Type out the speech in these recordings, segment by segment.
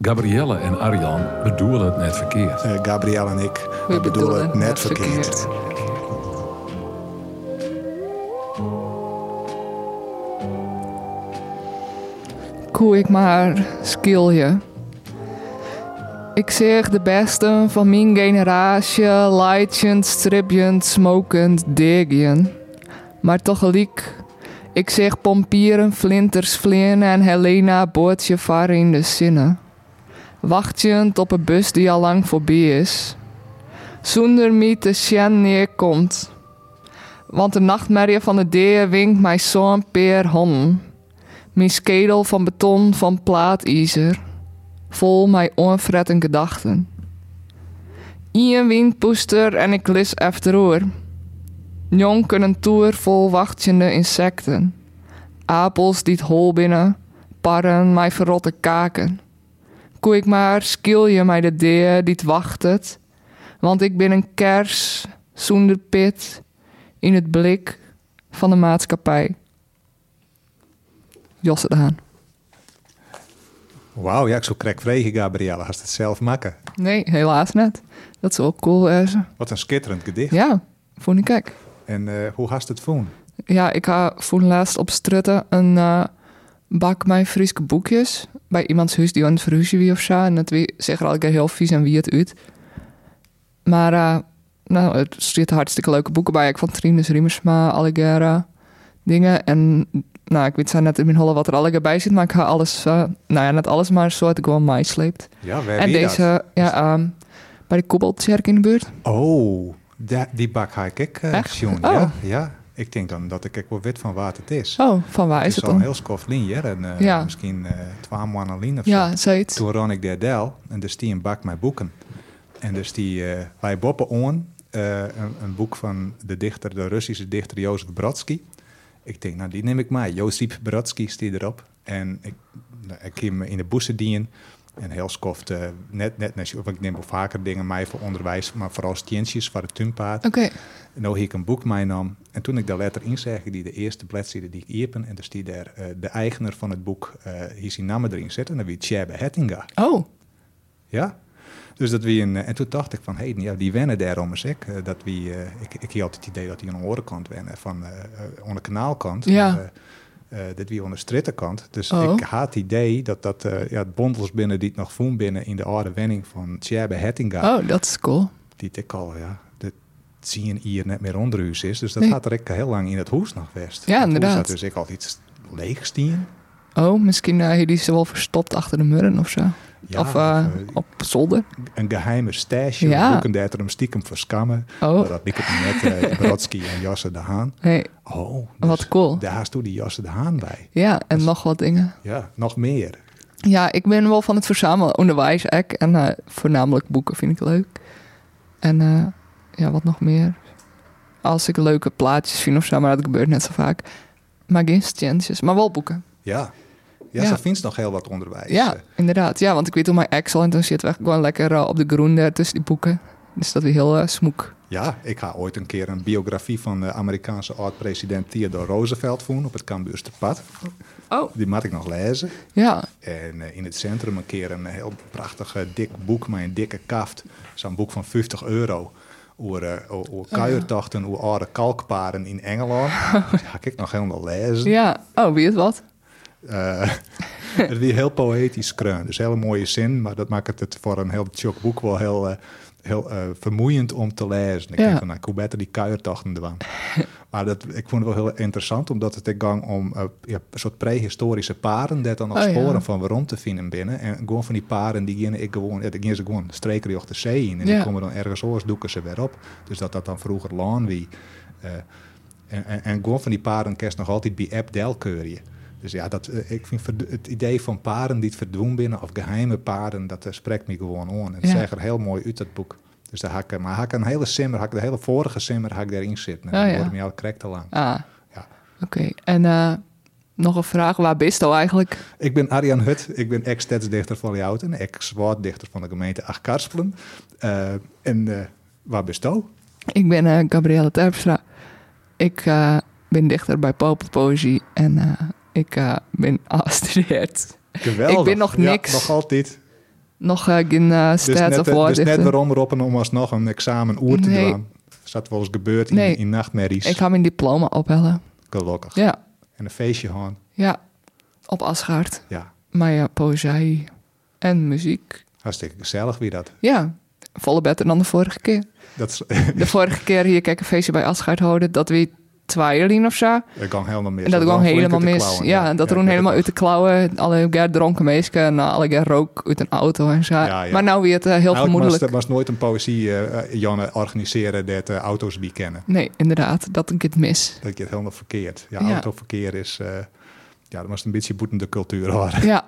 Gabrielle en Arjan bedoelen het net verkeerd. Eh Gabrielle en ik we bedoelen het net verkeerd. Koe ik maar, skill je. Ik zeg de besten van mijn generatie, lightjend, stripjend, smokend, diggen. Maar tegelijk, ik zeg pompieren, flinters, flin en Helena boortje var in de zinnen. Wachtjend op een bus die al lang voorbij is. Zonder mij te zien neerkomt. Want de nachtmerrie van de deer winkt mij zo'n peer hon. Mijn skedel van beton van plaatizer vol mij onfretten gedachten. Ien windpoester en ik lis efteroor. Jong kunnen toer vol wachtende insecten. Apels die het hol binnen, parren mij verrotte kaken. Koe ik maar, skiel je mij de deer die het wachtet. Want ik ben een kers zonder pit in het blik van de maatschappij. Josse de Haan. Wauw, ja, ik zou krek vregen, Gabrielle, als het zelf maken. Nee, helaas net. Dat is ook cool wezen. Wat een skitterend gedicht. Ja, vond ik ook. En eh, hoe hast het voelen? Ja, ik ha voor laatst op Strutten een eh, bak mijn Friese boekjes bij iemands huis die aan het verhuizen wie of zo. En dat wie zeggen al keer heel vies en wie het uit. Maar eh, nou, er zitten hartstikke leuke boeken bij. Ik vond Trines Riemersma, Alligera, eh, dingen. En nou, ik weet zo net in mijn holle wat er allemaal bij zit, maar ik ga alles, eh, nou ja, net alles, maar een soort gewoon mij sleept. Ja, waar En wie dat? deze, ja, ehm, bij de Kobbeltjerk in de buurt. Oh, da- die bak ga ik ook eh, Echt? zien. Oh. Ja, ja, ik denk dan dat ik ook wel weet van waar het is. Oh, van waar het is is het al een dan? heel skof lien, en eh, Ja. misschien eh twaalf maanden lien of zo. Ja, zoiets. Toen ron ik daar del en dus die een bak met boeken. En dus die eh, wij boppen on, eh, een, een boek van de dichter, de Russische dichter Jozef Brodsky. Ik denk, nou die neem ik mee. Jozef Brodsky stiet erop. En ik, nou, ik ging me in de boezen dienen. En heel skoft, eh, net, net, net, want ik neem wel vaker dingen mee voor onderwijs, maar vooral stientjes voor het tuinpaard. Oké. En nou hier ik een boek mee nam. En toen ik daar letter in zeg, die de eerste bladzijde die ik iepen. En dus die daar, eh, de eigenaar van het boek, eh hier zijn naam erin zet. En dan wie Tjebe Hettinga. Oh, Ja. Dus dat we een, eh, en toen dacht ik van, hé, ja, die wennen daar om eens ik. Eh, Dat we, eh, ik, ik had altijd het idee dat die aan de orenkant wennen, van eh eh, aan de kanaalkant. Ja. Maar, eh, eh, dat wie aan de strittenkant. Dus Oh. ik had het idee dat dat eh, ja, het bondels binnen die het nog voen binnen in de oude wenning van Tjebe Hettinga. oh, dat is cool. Die ik al, ja, dat zie je hier net meer onder huis is. Dus dat Nee. had er ik heel lang in het hoes nog best. Ja, Het hoes inderdaad. had Dus ik altijd iets leeg stien. Oh, misschien eh die ze wel verstopt achter de murren of zo. Ja, of eh, of, eh, op zolder. een geheime stash. Ja. Ja. Boeken daar hem stiekem voor scammen. Oh. Maar Dat liep het net eh, Brodsky en Jasse de Haan. Hey, Oh, dus wat cool. Daar haast toen die Jasse de Haan bij. Ja, en nog wat dingen. Ja, nog meer. Ja, ik ben wel van het verzamelen onderwijs ek, en eh, voornamelijk boeken vind ik leuk. En eh, ja, wat nog meer? Als ik leuke plaatjes vind of zo, maar dat gebeurt net zo vaak. Maar geen stjentjes, maar wel boeken. Ja. Ja, Ja. ze vindt nog heel wat onderwijs. Ja, Eh, inderdaad. Ja, want ik weet hoe mijn Excel en toen zit we gewoon lekker eh, op de groen daar tussen die boeken. Dus dat is heel eh, smoek. Ja, ik ga ooit een keer een biografie van de Amerikaanse oud-president Theodore Roosevelt voeren op het Cambuurster pad. Oh, Die moet ik nog lezen. ja. En eh, in het centrum een keer een heel prachtig eh, dik boek met een dikke kaft. Zo'n boek van 50 euro. Over, eh, o- Oh, over kuiertochten, over oude kalkparen in Engeland. Dat ga ik nog helemaal lezen. Ja, oh, wie is wat? Eh, het weer heel poëtisch kreun. Dus hele mooie zin, maar dat maakt het voor een heel tjok boek wel heel, eh, heel eh, vermoeiend om te lezen. Ik Ja. denk van, nou, hoe beter die kuiertochten er waren. maar dat, ik vond het wel heel interessant, omdat het de gang om eh, ja, een soort prehistorische paren, dat dan nog Oh, ja. sporen van waarom te vinden binnen. En gewoon van die paren, die gingen ik gewoon, ja, die gingen ze gewoon streken die op de zee in. En Ja. die komen dan ergens oors, doeken ze weer op. Dus dat dat dan vroeger laan wie. eh, en, en, en gewoon van die paren kerst nog altijd bij app delkeurje. Dus ja, dat, eh, ik vind verd- het idee van paren die het verdoen binnen, of geheime paren, dat eh, spreekt me gewoon aan. En dat Ja. zeg er heel mooi uit dat boek. Dus daar hak ik, maar hak een hele simmer, hak de hele vorige simmer hak ik daarin zitten. En Oh, dan ja. wordt me al krek te lang. Ah, Ja. oké. En eh, nog een vraag, waar bist al eigenlijk? Ik ben Arjan Hut, ik ben ex-stadsdichter van Ljouten, ex-woorddichter van de gemeente Achkarspelen. Eh en eh, waar bist je? Ik ben eh Gabrielle Terpstra. Ik eh, ben dichter bij Popelpoëzie en eh, ik eh, ben afgestudeerd. Geweldig. Ik ben nog Ja, niks. nog altijd. Nog eh, geen uh, stats net, eh, dus of net woordichten. waarom roepen om alsnog een examen oer te Nee. doen. Is dat wel eens gebeurd in, Nee. in nachtmerries? ik ga mijn diploma ophellen. Gelukkig. Ja, En een feestje gewoon. ja. Op Asgaard. Ja, Maar ja, poëzie en muziek. hartstikke gezellig wie dat. Ja, volle beter dan de vorige keer. Dat is, De vorige keer hier kijk een feestje bij Asgaard houden, dat we tweeëlien of zo. dat ging helemaal mis. En dat gewoon ging flink helemaal uit de mis. klauwen, ja, dat ik roen weet helemaal uit het de klauwen. Alle keer dronken mensen en eh, alle keer rook uit een auto en zo. Ja, ja. Maar nou weer het eh, heel nog. Eigenlijk was, gemoedelijk. er was nooit een poëzie, eh, eh, Janne, organiseren dat eh, auto's die kennen. Nee, inderdaad, dat ik het mis. Dat je het helemaal verkeerd. Ja, Ja. autoverkeer is... eh, ja, dat was een beetje boetende cultuur. Hoor. Ja,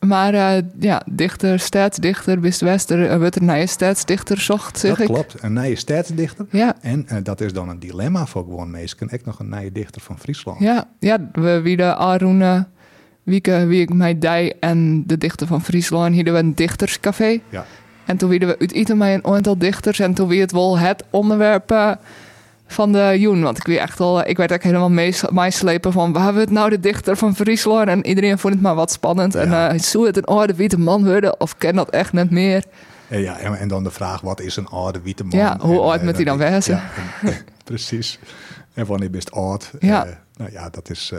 maar eh, ja, dichter, stadsdichter, bist wester, eh, wordt er naar je stadsdichter zocht, zeg Dat ik. klopt. Een nije stadsdichter. Ja, En eh, dat is dan een dilemma voor gewoon mensen. Ik nog een nije dichter van Friesland. ja, ja, we wie de Arune, Wieke, wie ik mij dij en de dichter van Friesland, hier we een dichterscafé. Ja. En toen werden we uit Ietem met een aantal dichters en toen werd het wel het onderwerp eh, van de Joen. Want ik werd echt al, eh, ik werd echt helemaal mees- meeslepen van waar wordt nou de dichter van Friesland? En iedereen vond het maar wat spannend. En Ja. eh zou het een oude witte man worden of ken dat echt net meer? En, Eh, ja, en, en dan de vraag, wat is een oude witte man? Ja, hoe En, oud eh, moet hij dat dan ik- wezen? ja, en- eh, precies. En wanneer best oud? Ja. Eh, nou ja, dat is, eh,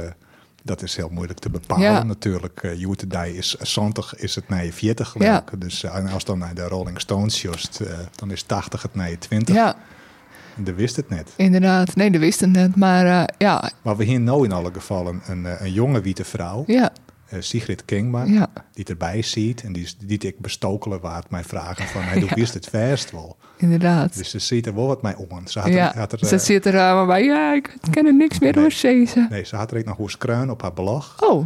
dat is heel moeilijk te bepalen Ja. natuurlijk. Uh, Jutendij is 70, is het naar je 40 Ja. geloof ik. Dus eh, en als dan naar de Rolling Stones jost, eh, dan is 80 het naar je 20. Ja, En dat wist het net. inderdaad. Nee, dat wist het net. Maar eh, ja, Maar we hier nou in alle gevallen een, eh, een jonge witte vrouw, ja, eh, Sigrid Kingma, ja. die erbij ziet en die, is- die ik bestokelen waard mij vragen van, hey, hoe is het vast wel? Inderdaad. Dus ze ziet er wel wat mij om. Ze had ja, er, had er, ze eh, zit er eh, maar bij. Ja, ik ken er niks meer Nee. door Ceze. Nee, ze had er ook nog hoe kruin op haar blog. Oh,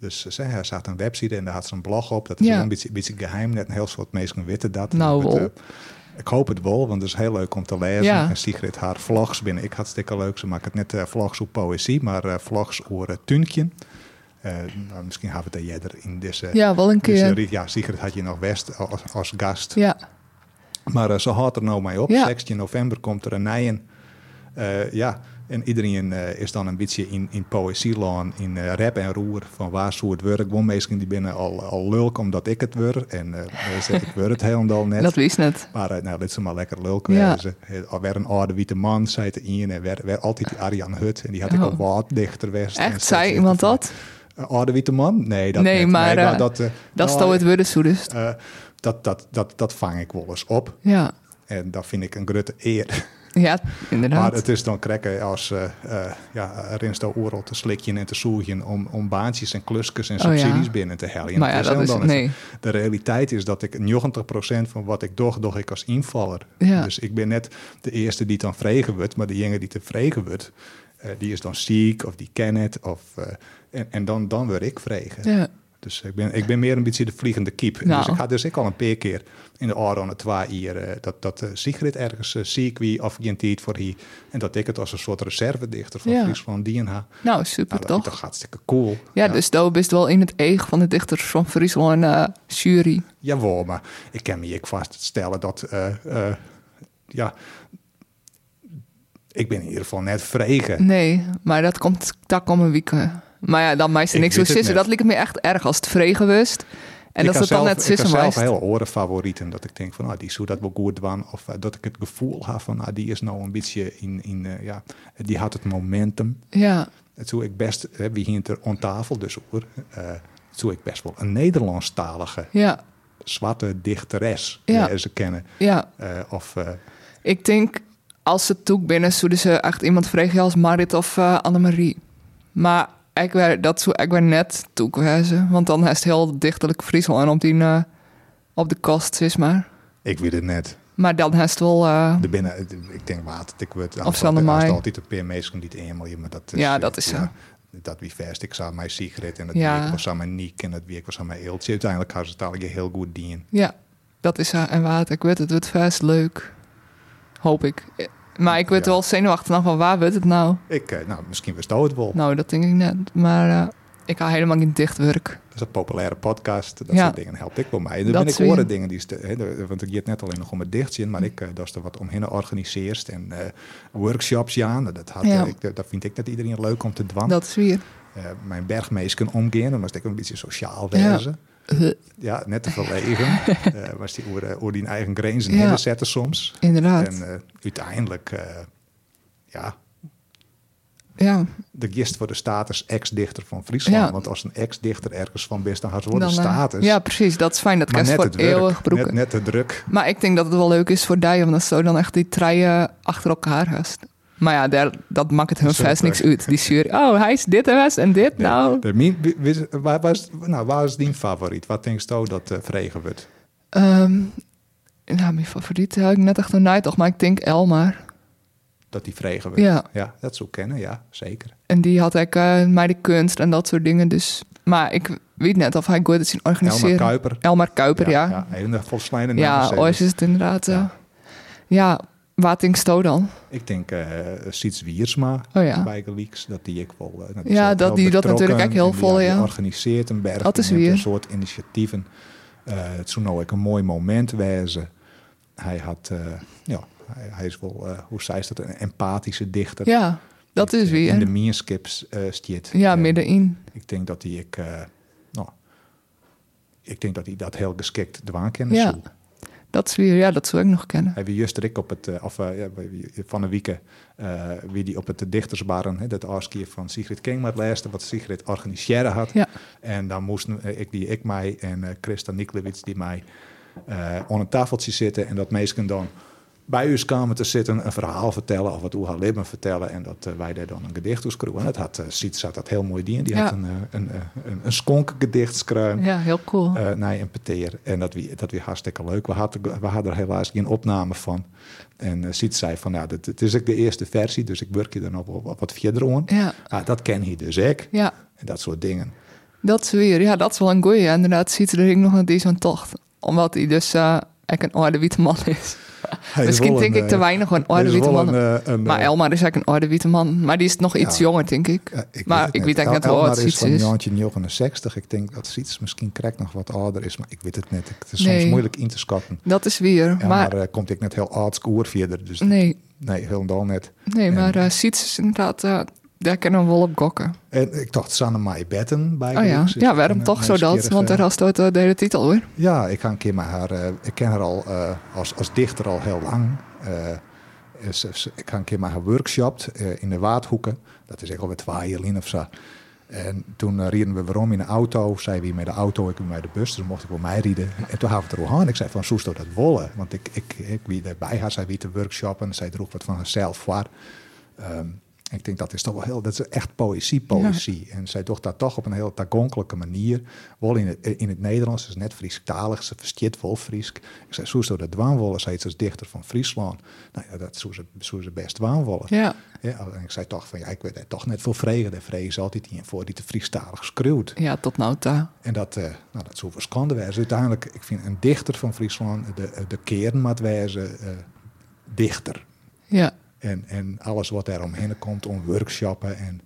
Dus ze, zei, ze had een website en daar had ze een blog op. Dat is Ja. wel een beetje, beetje geheim, net een heel soort mensen weten dat. Nou, Het, wel. eh, ik hoop het wel, want het is heel leuk om te lezen. Ja. En Sigrid, haar vlogs binnen. Ik had stikke leuk. Ze maakt het net eh, vlogs over poëzie, maar eh, vlogs over eh, Tuintje. Eh, nou, misschien hebben we het er eerder in deze... ja, wel een deze keer. rit. ja, Sigrid had je nog West eh, als, als gast. Ja, Maar eh, ze houdt er nou mee op. Ja. 16 november komt er een nijen. Eh, ja, en iedereen eh, is dan een beetje in, in poëzielaan, in eh, rap en roer. Van waar zou het werk? Gewoon mensen die binnen al, al lulken omdat ik het word. En eh mensen, ik word het helemaal net. dat wist net. Maar eh, nou, dit is maar lekker lulken. Ja. Ja. eh, Weer een oude witte man, zei te in. En weer, weer altijd die Arjan Hut. En die had ik Oh. ook wat dichter west. En Echt, steeds zei dichter iemand van- dat? Een oude witte man? Nee, dat Nee, net. maar, eh, dat, eh, Dat is nou, toch het worden zo dus. eh, dat, dat, dat, dat vang ik wel eens op. Ja, En dat vind ik een grote eer. ja inderdaad. Maar het is dan krekken als eh eh ja, Rinsto Oerel te slikje en te soeien om, om baantjes en klusjes en Oh, ja. subsidies binnen te halen. En maar ja, dat is helemaal het. dan Nee. De realiteit is dat ik 90% van wat ik doch, doch ik als invaller. Ja. Dus ik ben net de eerste die dan vregen wordt, maar de jongen die te vregen wordt, eh, die is dan ziek of die ken het. Of, eh, en en dan, dan word ik vregen. Ja. Dus ik ben, ik ben meer een beetje de vliegende kiep. Nou. Dus ik had dus ik al een paar keer in de Aron het twee hier eh, dat, dat eh, Sigrid ergens eh, ziek wie of geen tijd voor hier. En dat ik het als een soort reservedichter van Ja. Friesland die en haar. Nou, super Nou, dat is toch? toch hartstikke cool. Ja, dus daar bist wel in het eeg van de dichters van Friesland eh, jury. Jawel, maar ik kan me ook vaststellen dat, eh, eh, ja, ik ben in ieder geval net vregen. Nee, maar dat komt daar komen wieken. Maar ja, dan meisje Ik niks zo weet het sissen. net. Dat liet me echt erg als het vregen wist. En ik dat kan het dan zelf, net Ik sissen kan zelf was. heel horen favorieten. Dat ik denk van, ah, die zou dat wel goed doen. Of eh, dat ik het gevoel had van, ah, die is nou een beetje in, in eh, ja, die had het momentum. Ja, Het zou ik best, hè, wie hier ter on tafel dus hoor, eh het zou ik best wel een Nederlandstalige ja, zwarte dichteres Ja. eh, ze kennen. ja. Eh, of, eh, Ik denk, als ze toe binnen, zouden ze echt iemand vregen als Marit of eh, Annemarie. Maar ik werd, dat zou ik werd net toewijzen. Want dan is het heel dichterlijk Friesland op, die, eh, op de kost, zeg maar. ik weet het net. Maar dan heeft het wel. eh, Er binnen, het- ik denk water, ik word Of Sander Maai. altijd een paar mensen die het eenmaal hier, maar dat is, Ja, eh, dat is Dat wie vast, ik zag mijn Sigrid en het Ja. week was aan mijn Niek en het week was aan mijn Eeltje. Uiteindelijk gaan ze het eigenlijk heel goed dienen. Ja, dat is haar. En water. Ik weet het, wordt vast leuk. Hoop ik. Eh, Maar ik werd Ja. wel zenuwachtig van, van waar wordt het nou? Ik, eh, nou, misschien wist het wel. Nou, dat denk ik net. Maar eh, ik ga helemaal geen dichtwerk. Dat is een populaire podcast. Dat Ja. soort dingen helpt ik wel mij. En Dat dan ben zie ik je. horen dingen die... Ste, hè, de- want ik je het net alleen nog om het dichtzin. Maar ik, eh, dat is er wat omheen organiseerst. En eh, workshops, ja. nou, Dat, had, Ja. eh, ik, dat vind ik dat iedereen leuk om te dwan. Dat is weer. Eh, mijn bergmees kunnen omgaan. Dan was ik een beetje sociaal Ja. wezen. ja, net te verlegen. Eh was die over, eh, over die eigen grenzen Ja. heen zetten soms. Inderdaad. En eh, uiteindelijk, eh, ja, ja, de gist voor de status ex-dichter van Friesland. Ja. Want als een ex-dichter ergens van best, dan had ze wel dan, de eh, status. ja, precies. Dat is fijn. Dat maar kerst net voor het eeuwig werk, net, broeken. net de druk. Maar ik denk dat het wel leuk is voor die, omdat zo dan echt die treien achter elkaar hast. Maar ja, daar, dat maakt het hun Super. vast niks uit. Die jury, oh, hij is dit en was en dit. Nee. Nou, De mien- wie- wie- waar, waar is, nou, waar is die favoriet? Wat denk je dat eh vregen wordt? Ehm nou, mijn favoriet heb ik net echt een night, maar ik denk Elmar. Dat die vregen wordt? Ja, Ja, dat zou kennen, ja, zeker. en die had ik eh mij de kunst en dat soort dingen. Dus, maar ik weet net of hij goed is in organiseren. Elma Kuiper. Elmar Kuiper, ja. ja. Ja, een volslijnde naam ja zeker. ooit is het inderdaad. eh, Ja. ja. waar denk Sto dan? Ik denk eh Siets Wiersma Oh ja. bij de Leaks, dat die ik wel... eh, nou, Ja, zit dat wel die dat betrokken natuurlijk ook heel en die- vol, die ja. organiseert een berg. Dat die is neemt weer. Een soort initiatieven. Eh, het zou nou ook een mooi moment wezen. Hij had, eh, ja, hij, hij is wel, eh, hoe zei ze dat, een empathische dichter. Ja, dat Die, is eh, In de weer. mierskips eh stiet. Ja, En middenin. Ik denk dat hij, ik, eh, nou, ik denk dat hij dat heel geschikt dwaankennis Ja. ja. Dat is weer, ja, dat zou ik nog kennen. Hij wie juist Rick op het, eh, of eh, ja, wie- van de wieken, eh, wie die op het dichtersbaren, hè, dat afskeer van Sigrid King, maar het laatste wat Sigrid organiseerde had. Ja. En dan moesten eh, ik, die ik mij en eh Christa Niklewits die mij eh aan een tafeltje zitten en dat meesken dan bij u kwamen te zitten, een verhaal vertellen of wat Oeha Libben vertellen en dat eh, wij daar dan een gedicht toe schreeuwen. En dat had, eh Siets had dat heel mooi dien. Die Ja. had een, eh, een, eh, een, een skonk gedicht schreeuwen Ja, heel cool. eh nee, een peteer. En dat wie dat wie hartstikke leuk. We hadden, we hadden er helaas geen opname van. En eh Siet zei van, nou, dit, dit is ook de eerste versie, dus ik werk je er nog wel wat, wat verder aan. Ja, Ah, dat ken hij dus ik. ja. En dat soort dingen. Dat is weer, ja, dat is wel een goeie. Ja, Inderdaad, ziet er ook nog naar die zo'n tocht. Omdat hij dus eh echt een orde witte man is. Hij is Misschien wel denk een, ik te eh, weinig van hij orde is witte wel man. een, eh, een, maar eh, Elmar is eigenlijk een orde witte man. Maar die is nog iets Ja. jonger, denk ik. ja, ik maar weet het niet. ik weet eigenlijk net hoe Elmar oud is Siets van is. Jantje 69. Ik denk dat Siets misschien krijgt nog wat ouder is, maar ik weet het net. Het is Nee. soms moeilijk in te schatten. Dat is weer. Ja, maar maar eh, komt ik net heel oud score verder. Dus nee, nee, helemaal net. nee En- maar eh Siets is inderdaad... eh, daar kunnen we wel op gokken. En ik dacht Sanne Mai Betten bij Oh ja, Grieks. Dus ja ik waarom ken toch een zo dat? nieuwsgierige- Want daar had het de hele titel, hoor. Ja, ik ga een keer met haar. eh, ik ken haar al eh, als, als dichter al heel lang. Eh, ze- ze- ik ga een keer met haar workshopt eh, in de Waardhoeken. Dat is echt alweer twee jaar in of zo. En toen eh, reden we waarom in de auto. Zij wie met de auto, ik wie met de bus. Dus mocht ik wel mij rijden. En toen hadden we het erover. Ik zei van, zoest dat wollen? Want ik, ik, ik wie erbij haar, zij wie te workshoppen. Zij droeg wat van haarzelf voor. Ehm, ik denk dat is toch wel heel, dat is echt poëzie, poëzie. En zij doet dat toch op een heel tagonkelijke manier. Wel in het, in het Nederlands, dus net Frieskalig, ze verstiet wel Friesk. Ik zei, Soesto de Dwaanwollen, zij is als dichter van Friesland. Nou ja, dat zou ze, zou ze best Dwaanwollen. Ja, Ja, en ik zei toch van, ja, ik weet het toch net veel vregen. De vregen is altijd in voor die te Friestalig schreeuwt. ja tot nou toe. En dat, eh nou, dat zou schande wijzen. Uiteindelijk, ik vind een dichter van Friesland, de, de kern moet wijzen, eh, dichter. Ja, En, en alles wat er omheen komt, om workshoppen en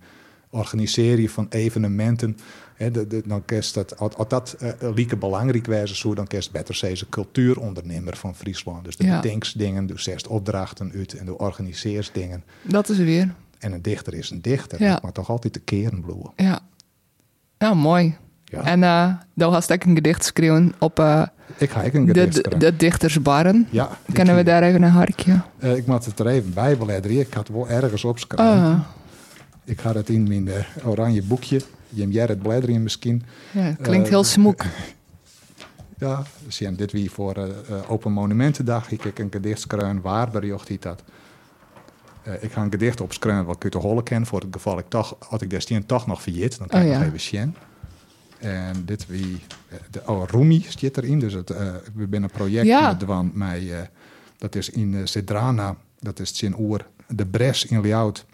organiseren van evenementen. Hè, de, de, dan kerst dat, als, als dat eh lieke belangrijk wijzen zou, dan kerst beter deze cultuurondernemer van Friesland. Dus de Ja. ja. dingen, doe zest opdrachten uit en doe organiseers dingen. dat is weer. En een dichter is een dichter, Ja. dat maar toch altijd de keren bloeien. Ja. Nou, mooi. Ja. En eh daar was ik een gedicht schreeuwen op eh, ik ga ook een de, gedicht de, schrijven. de dichtersbarren. ja, ik Kennen we hier. daar even een harkje? Eh, ik moet het er even bij beledderen. Ik had het wel ergens opschrijven. Ah, Ik ga het in mijn eh, oranje boekje. Jim Jarrett bladeren misschien. ja, klinkt Eh, heel smoek. Ja, zien dit wie voor eh, eh, Open Monumentendag. Ik kijk een gedicht schreeuwen. Waar berjocht hij dat? Eh, ik ga een gedicht opschreeuwen wat ik uit de holle ken. Voor het geval ik toch, had ik destien toch nog verjit. Dan kan Oh ik ja. nog even zien. En dit wie... eh, De, oh, Rumi zit erin. Dus het, eh, we zijn een project Ja. met Dwan. Mij, eh, dat is in eh, Sedrana. Dat is zijn oer. De Bres in Lyout.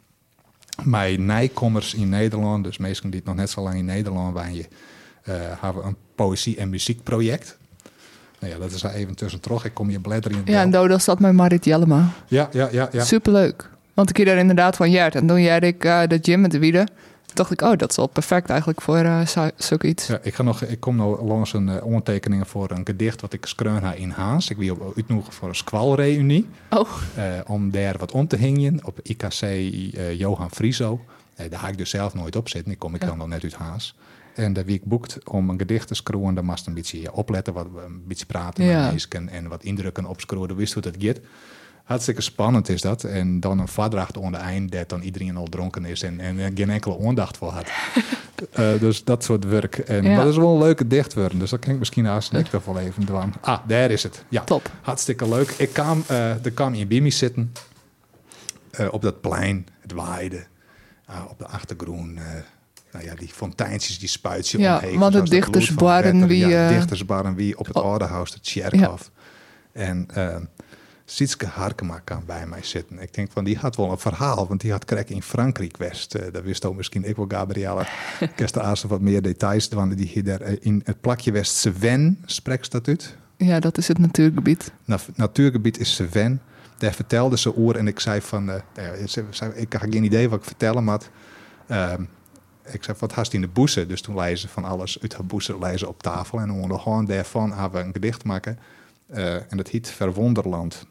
Mijn nijkommers in Nederland. Dus mensen die het nog net zo lang in Nederland waren. eh hebben een poëzie- en muziekproject. Nou ja, dat is daar even tussendoor. Ik kom je bladeren in het Ja, en blad. Dodo zat met Marit Jellema. ja, ja, ja, ja. Superleuk. Want ik hier daar inderdaad van jaart. En toen jaarde ik eh, de gym met de wielen. Toen dacht ik, oh, dat is wel perfect eigenlijk voor eh, zo- zulk iets. Ja, ik, ga nog, ik kom nou langs een eh, ondertekeningen voor een gedicht wat ik schreun haar in Haans. Ik wil op uitnodigen voor een squalreunie. Oh, eh, om daar wat om te hingen op IKC eh, Johan Frieso. Eh, daar ga ik dus zelf nooit op zitten. Ik kom ik Ja. dan nog net uit Haas. En daar wie ik boekt om een gedicht te scroeën, dan moest een beetje opletten, wat, een beetje praten met Ja. mensen en wat indrukken opscrollen. Dan wist hoe dat gaat. Hartstikke spannend is dat. En dan een vadracht onder eind, dat dan iedereen al dronken is en, en er geen enkele ondacht voor had. Eh, dus dat soort werk. En, Ja. Maar dat is wel een leuke dicht worden, dus dat kan ik misschien haast niet wel even doen. Ah, daar is het. Ja, Top. hartstikke leuk. Ik kwam, eh, er kwam in Bimi zitten, eh, op dat plein, het waaide. Ah, op de achtergrond, eh, nou ja, die fonteintjes die spuitje Ja, omheen. want zoals het dat bloed van dichtersbarren Wetter. wie, Ja, eh, dichtersbarren wie op het Oh. Oudehuis, het Tjerkhof. En eh, Sietske Harkema kan bij mij zitten. Ik denk van, die had wel een verhaal, want die had krek in Frankrijk West. Eh dat wist ook misschien ik wel, Gabriella. Kerst Aarsen wat meer details, want die hier daar eh, in het plakje West Sven spreekt dat uit. Ja, dat is het natuurgebied. Na- natuurgebied is Sven. Daar vertelde ze oer en ik zei van... eh, nou ja, ze- ze- ik had geen idee wat ik vertellen had. Ehm, ik zei, wat haast in de boezen? Dus toen lezen ze van alles uit haar boezen lei ze op tafel. En onder de hand daarvan hebben we een gedicht maken. Eh, en dat heet Verwonderland.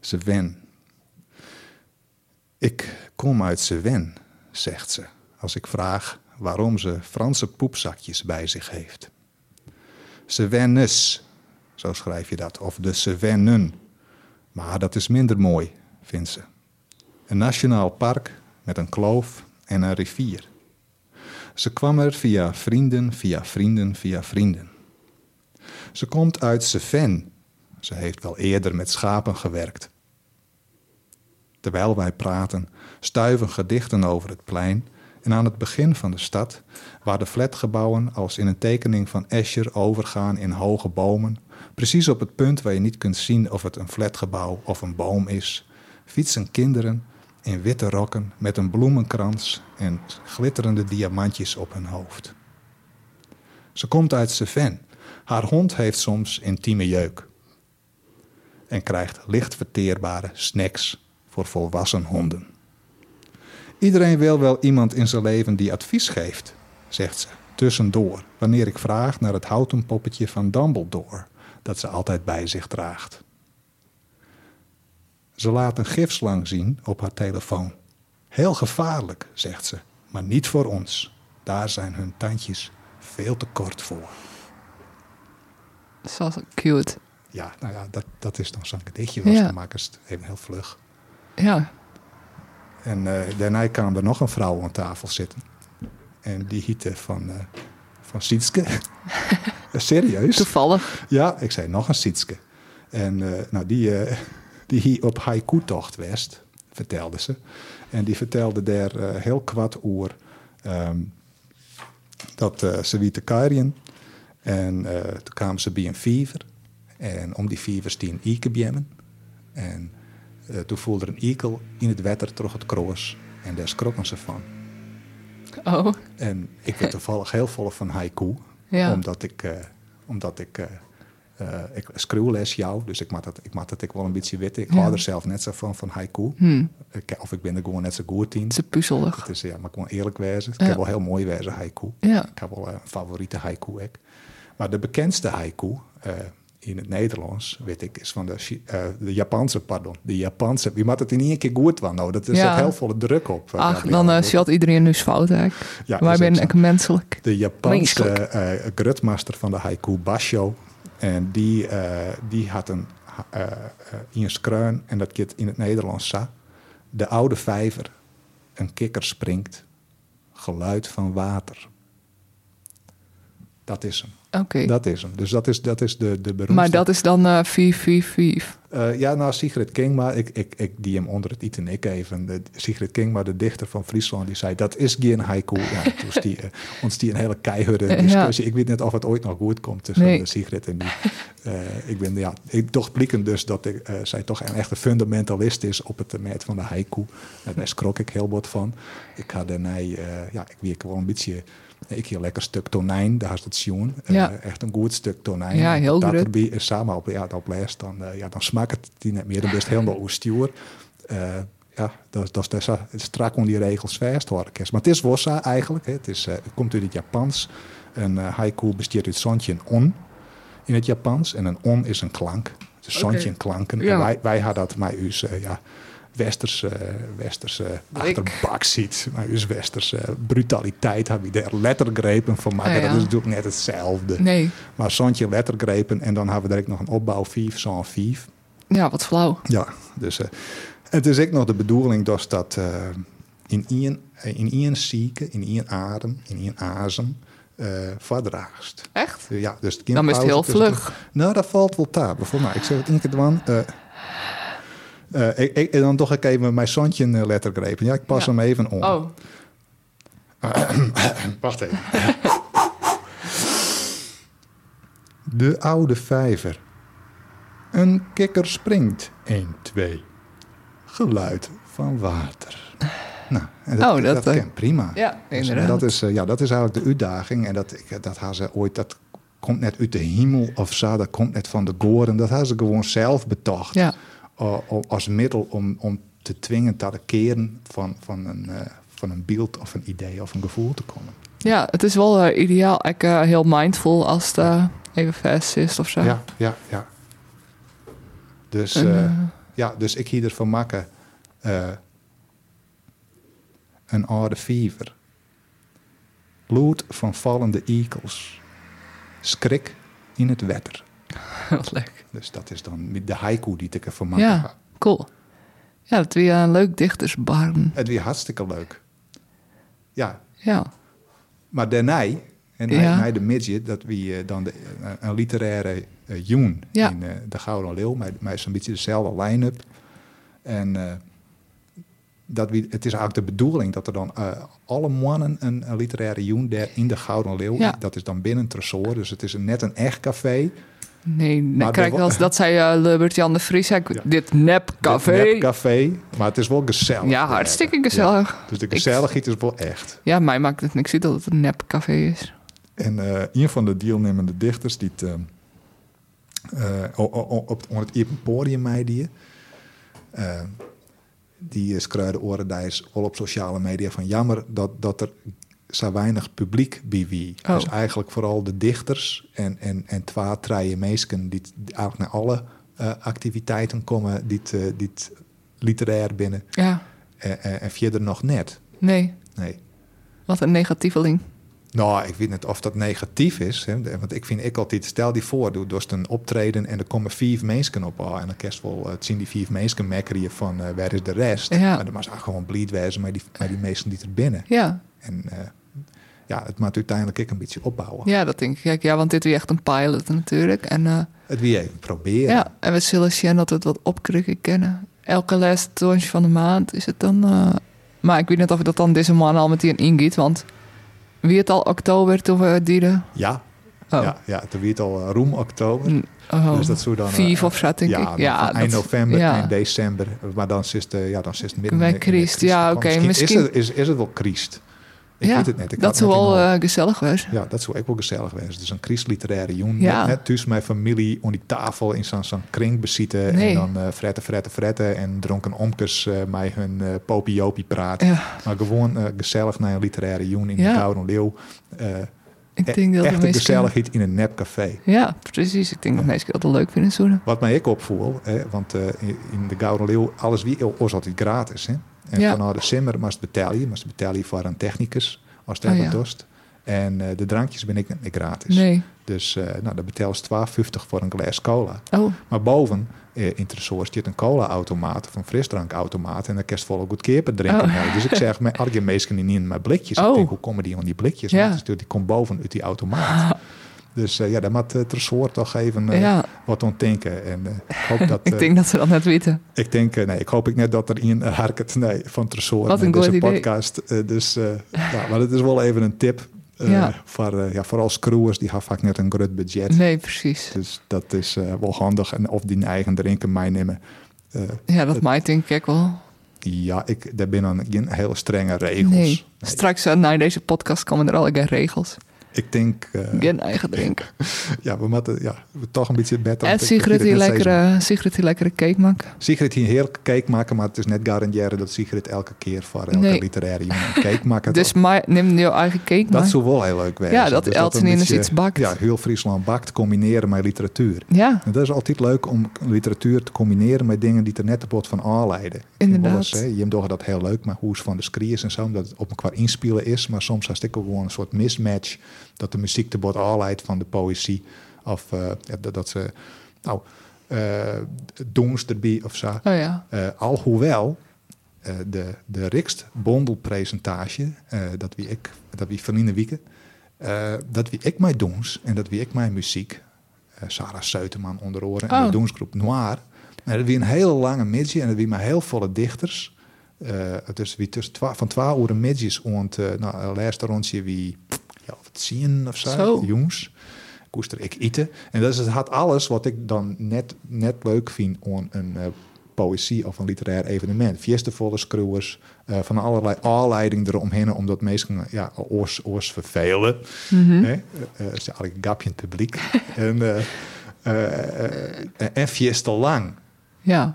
Sven. Ik kom uit Sven, zegt ze. Als ik vraag waarom ze Franse poepzakjes bij zich heeft. Svennes, zo schrijf je dat. Of de Cevennen. Maar dat is minder mooi, vindt ze. Een nationaal park met een kloof en een rivier. Ze kwam er via vrienden, via vrienden, via vrienden. Ze komt uit Ceven. Ze heeft wel eerder met schapen gewerkt. Terwijl wij praten, stuiven gedichten over het plein en aan het begin van de stad, waar de flatgebouwen als in een tekening van Escher overgaan in hoge bomen, precies op het punt waar je niet kunt zien of het een flatgebouw of een boom is, fietsen kinderen in witte rokken met een bloemenkrans en glitterende diamantjes op hun hoofd. Ze komt uit Seven. Haar hond heeft soms intieme jeuk en krijgt licht verteerbare snacks voor volwassen honden. Iedereen wil wel iemand in zijn leven die advies geeft, zegt ze tussendoor, wanneer ik vraag naar het houten poppetje van Dumbledore dat ze altijd bij zich draagt. Ze laat een gifslang zien op haar telefoon. Heel gevaarlijk, zegt ze, maar niet voor ons. Daar zijn hun tandjes veel te kort voor. Dat is wel cute. Ja, nou ja, dat, dat is dan zo'n gedichtje was Ja. gemaakt. is het even heel vlug. Ja, En eh, daarna kwam er nog een vrouw aan tafel zitten. En die hiette van, eh, van Sietske. Eh, Serieus? toevallig. Ja, ik zei nog een Sietske. En eh, nou, die, eh, die hier op haiku-tocht west, vertelde ze. En die vertelde daar eh, heel kwad oer ehm, dat eh, ze wie te karien. En eh, toen kwamen ze bij een viever. En om die viever stien ieken bjemmen. En eh, toen voelde er een ikel in het wetter terug het kroos. En daar schrokken ze van. Oh, En ik ben toevallig heel vol van haiku. Ja. Omdat ik, eh, omdat ik, eh eh, ik screwles jou, dus ik maak dat ik, maak dat ik wel een beetje wit. Ik Ja. Hm. hou er zelf net zo van, van haiku. Ik- of ik ben er gewoon net zo goed in. het is puzzelig. Het is, ja, maar ik moet eerlijk wezen. Ik Ja. heb wel heel mooi wezen haiku. Ja. Ik heb wel eh, een favoriete haiku ook. Maar de bekendste haiku eh, in het Nederlands, weet ik, is van de, Chi- eh, de Japanse, pardon. De Japanse. Wie maakt het in één keer goed van nou? Dat is Ja. heel veel druk op. eh, Ach, Gabriel. dan eh sjat iedereen nu fout hè. Ja, Wij is zijn ook ik zo. menselijk. De Japanse Menselijk. eh grutmaster van de haiku Basho. En die, eh, die had een, eh eh, in een skreun, en dat gaat in het Nederlands sa. De oude vijver, een kikker springt, geluid van water. Dat is hem. Oké. Dat is hem. Dus dat is, dat is de, de beroemdste. Maar dat is dan eh 444. Eh, ja, nou, Sigrid King, maar ik, ik, ik die hem onder het iten ik even. De, Sigrid King, maar de dichter van Friesland, die zei: Dat is geen haiku. Ja, toen is die, eh, ons die een hele keiharde Eh, discussie. Ik weet niet of het ooit nog goed komt tussen Nee. eh, Sigrid en die. Eh, ik ben, ja, ik toch blikken dus dat ik, eh, zij toch een echte fundamentalist is op het terrein van de haiku. En daar schrok ik heel wat van. Ik had daarna, eh, ja, ik werk wel een beetje. Ik hier lekker stuk tonijn, daar is het zien. Eh, Ja. Echt een goed stuk tonijn. Ja, heel Dat druk. bij is samen op, ja, op les, dan, eh, ja, dan smaakt het die net meer. Dan best helemaal oestier. Eh ja, dat, dat is dus, eh, strak om die regels vast hoor ik eens. Maar het is wossa eigenlijk. Hè. Het, is, eh, het komt uit het Japans. Een eh, haiku besteedt uit sontje en on in het Japans. En een on is een klank. Dus sontje en klanken. Ja. En wij, wij hadden dat maar us, eh, ja, westerse, westerse Ik. achterbak ziet. Maar dus westerse brutaliteit hebben we er lettergrepen van maken. Ah, ja. Dat is natuurlijk net hetzelfde. Nee. Maar zandje lettergrepen en dan hebben we direct nog een opbouw 5, zo'n 5. Ja, wat flauw. Ja, dus eh, het is ook nog de bedoeling dus dat eh, in één eh, in één zieke, in één adem, in één azem eh verdraagst. Echt? Ja, dus het Dan is het heel kindpauze tussen- vlug. Nou, dat valt wel taal. Bijvoorbeeld, ik zeg het één keer dan. eh eh, ik, ik, en dan toch ik even mijn zandje eh, lettergrepen. Ja, ik pas Ja. hem even om. Oh, Wacht even. De oude vijver. Een kikker springt. 1, 2. Geluid van water. Nou, en dat, Oh, dat, dat, eh, kan prima. ja, Dus inderdaad. dat is, eh, ja, dat is eigenlijk de uitdaging. En dat, ik- eh, dat haar ze ooit, dat komt net uit de hemel of zo. Dat komt net van de goren. Dat hebben ze gewoon zelf betocht. Ja. Eh, o- als middel om, om te dwingen tot een keren van, van, een, eh, van een beeld of een idee of een gevoel te komen. Ja, het is wel eh, ideaal. Ik eh, heel mindful als het eh, even vast is of zo. Ja, ja, ja. Dus, En, eh, eh, ja, dus ik hier ervan maken eh, een oude fever. Bloed van vallende eagles. Skrik in het wetter. wat leuk. Dus dat is dan de haiku die ik ervan maken Ja, ga. cool. Ja, dat weer een leuk dichtersbarn. Het weer hartstikke leuk. Ja, Ja, maar daarna, en Ja. hij hij de midget, dat we eh, dan de, eh, een literaire eh, joen Ja. in eh, de Gouden Leeuw, maar, maar zo'n beetje dezelfde line-up. En eh, dat we, het is eigenlijk de bedoeling dat er dan eh, alle mannen een, een literaire joen daar in de Gouden Leeuw, Ja. dat is dan binnen het Tresor, dus het is een- net een echt café. nee, nee Maar kijk, de- als, dat zei eh Lubert-Jan de Vries, hij- Ja. dit nepcafé. Dit net café, maar het is wel gezellig. ja, hartstikke gezellig. Ja. Ja, Dus de gezelligheid is wel echt. mij maakt het niks uit dat het een nepcafé is. En eh, een van de deelnemende dichters die het, eh, eh, o- o- o- op, op het Ipen podium mij die, eh, die is kruiden oren daar is al op sociale media van jammer dat, dat er zo weinig publiek bij wie. Oh. Dus eigenlijk vooral de dichters en, en, en twa treien meesken die, t- die eigenlijk naar alle eh, activiteiten komen die, t, eh, die t literair binnen Ja, en, en, en verder nog net. nee, Nee. wat een negatieveling. Nou, ik weet niet of dat negatief is. Hè? De- Want ik vind ik altijd, stel die voor, doe dus een optreden en er komen vier mensen op. al en dan kerst wel, eh, het zien die vier mensen mekkeren van eh, waar is de rest? Ja. Maar dan mag ze eigenlijk gewoon bleed wezen met die, met die mensen die er binnen. Ja, En eh, ja, het maakt uiteindelijk ik een beetje opbouwen. ja, dat denk ik. Kijk, ja, want dit is echt een pilot natuurlijk. En eh, Het wie even proberen. Ja, en we zullen zien dat we het wat opkrukken kennen. Elke laatste toontje van de maand is het dan. eh, maar ik weet niet of ik dat dan deze maand al meteen ingiet, want wie het al oktober toen we het deden. Ja, Oh, ja, ja toen werd het al eh, roem oktober. N- oh, Dus dat zou dan... eh, vijf of zo, denk ja, ik. dan van eind dat- november, ja. eind december. Maar dan is het, eh, ja, dan is het midden Bij in de- in de Christ, ja, Dan oké, Misschien, misschien- Is, het, is, is het wel Christ? Ik Ja, weet het net. Ik dat had zou net in wel mijn eh, gezellig was. Ja, dat zou ik wel gezellig zijn. Dus een christelijteraire joen. Ja. Net, net tussen mijn familie om die tafel in zo'n zo'n kring bezitten. Nee. En dan eh fretten, fretten, fretten. En dronken omkes eh mij hun eh popiopie praten. Ja, Maar gewoon eh, gezellig naar een literaire joen in Ja. de Gouden Leeuw. Eh, ik e- denk dat echt de een meesten- gezelligheid in een nepcafé. Ja, precies. Ik denk dat mensen dat wel leuk vinden zullen. Wat mij ik opvoel, hè, want eh, in- in de Gouden Leeuw, alles wie oh, was altijd gratis. Hè? En Ja. vanuit de simmer moest betalen. Moest betalen voor een technicus, als dat Oh, oh, ja. En eh, de drankjes ben ik net meer gratis. Nee. Dus eh nou, dat betaalt ze 12,50 voor een glas cola. Oh, Maar boven eh, in het resort zit een cola-automaat of een frisdrankautomaat. En dan kerst vol goedkoper drinken. Oh. Nou, Dus ik zeg, mijn arjen meestal niet in mijn blikjes. Oh. Ik denk, hoe komen die aan die blikjes? Ja. Want het is natuurlijk- die komt boven uit die automaat. Dus eh, ja, daar moet het resort toch even eh, ja. wat aan denken. En eh, ik hoop dat... Ik eh, denk dat ze dat net weten. ik denk, eh, nee, ik hoop ik net dat er een harket nee, van Tresor Wat een met goed deze idee. podcast. Eh, dus, eh, ja, maar het is wel even een tip. eh, Ja. Voor, eh, ja, vooral screwers, die hebben vaak net een groot budget. Nee, precies. Dus dat is eh, wel handig. En of die eigen drinken meenemen. Eh Ja, dat maakt denk ik wel. ja, ik, daar binnen geen hele strenge regels. Nee. Straks eh, na deze podcast komen er al regels. Ik denk, eh, Geen eigen drinken. ja, we moeten ja, toch een beetje beter. en Sigrid eh, die, lekkere, Sigrid die lekkere cake maakt. Sigrid hier heel kijk maken, maar het is net garanderen dat Sigrid elke keer voor elke Nee. literaire jongen een cake maakt. Dus maar, neem jouw eigen cake dat maar. zou wel heel leuk Dus zijn. Ja, dat Elton Innes iets bakt. Ja, heel Friesland bakt, combineren met literatuur. Ja, En dat is altijd leuk om literatuur te combineren met dingen die er net op wat van aanleiden. Ik vind wel Inderdaad. eens, hè, Je hebt toch dat heel leuk, maar hoe is van de screens en zo, omdat het op elkaar inspelen is. Maar soms had ik ook gewoon een soort mismatch dat de muziek te bot aanleidt van de poëzie. Of eh, ja, dat, dat ze, nou, eh doens erbij of zo. oh ja. Eh, alhoewel eh, de, de rikst bondelpercentage, eh, dat wie ik, dat wie van in de wieken, eh, dat wie ik mij doens en dat wie ik mijn muziek, eh, Sarah Seuteman onder oren en Oh. de doensgroep Noir, en dat wie een hele lange midje en dat wie maar heel volle dichters. Eh, dus wie tussen twa- van 12 uur midjes ont, eh nou, een laatste rondje wie ja, of het zien of zo, Zo. jongens. Koester ik eten. En dat is, het had alles wat ik dan net, net leuk vind aan een eh, poëzie of een literair evenement. Fiestevolle screwers, eh, van allerlei aanleiding eromheen, omdat mensen ja, oors, oors vervelen. Mhm. Hè? Eh, eh, is eigenlijk een gapje in het publiek. en, eh, eh, eh, en fieste lang. Ja,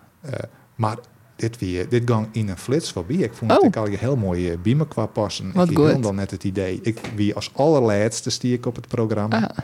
Maar dit, weer, dit gang in een flits voorbij. Ik vond Oh. dat ik al heel mooie biemen qua passen. Wat ik goed. wilde dan net het idee. Ik wie als allerlaatste stier ik op het programma. Ah,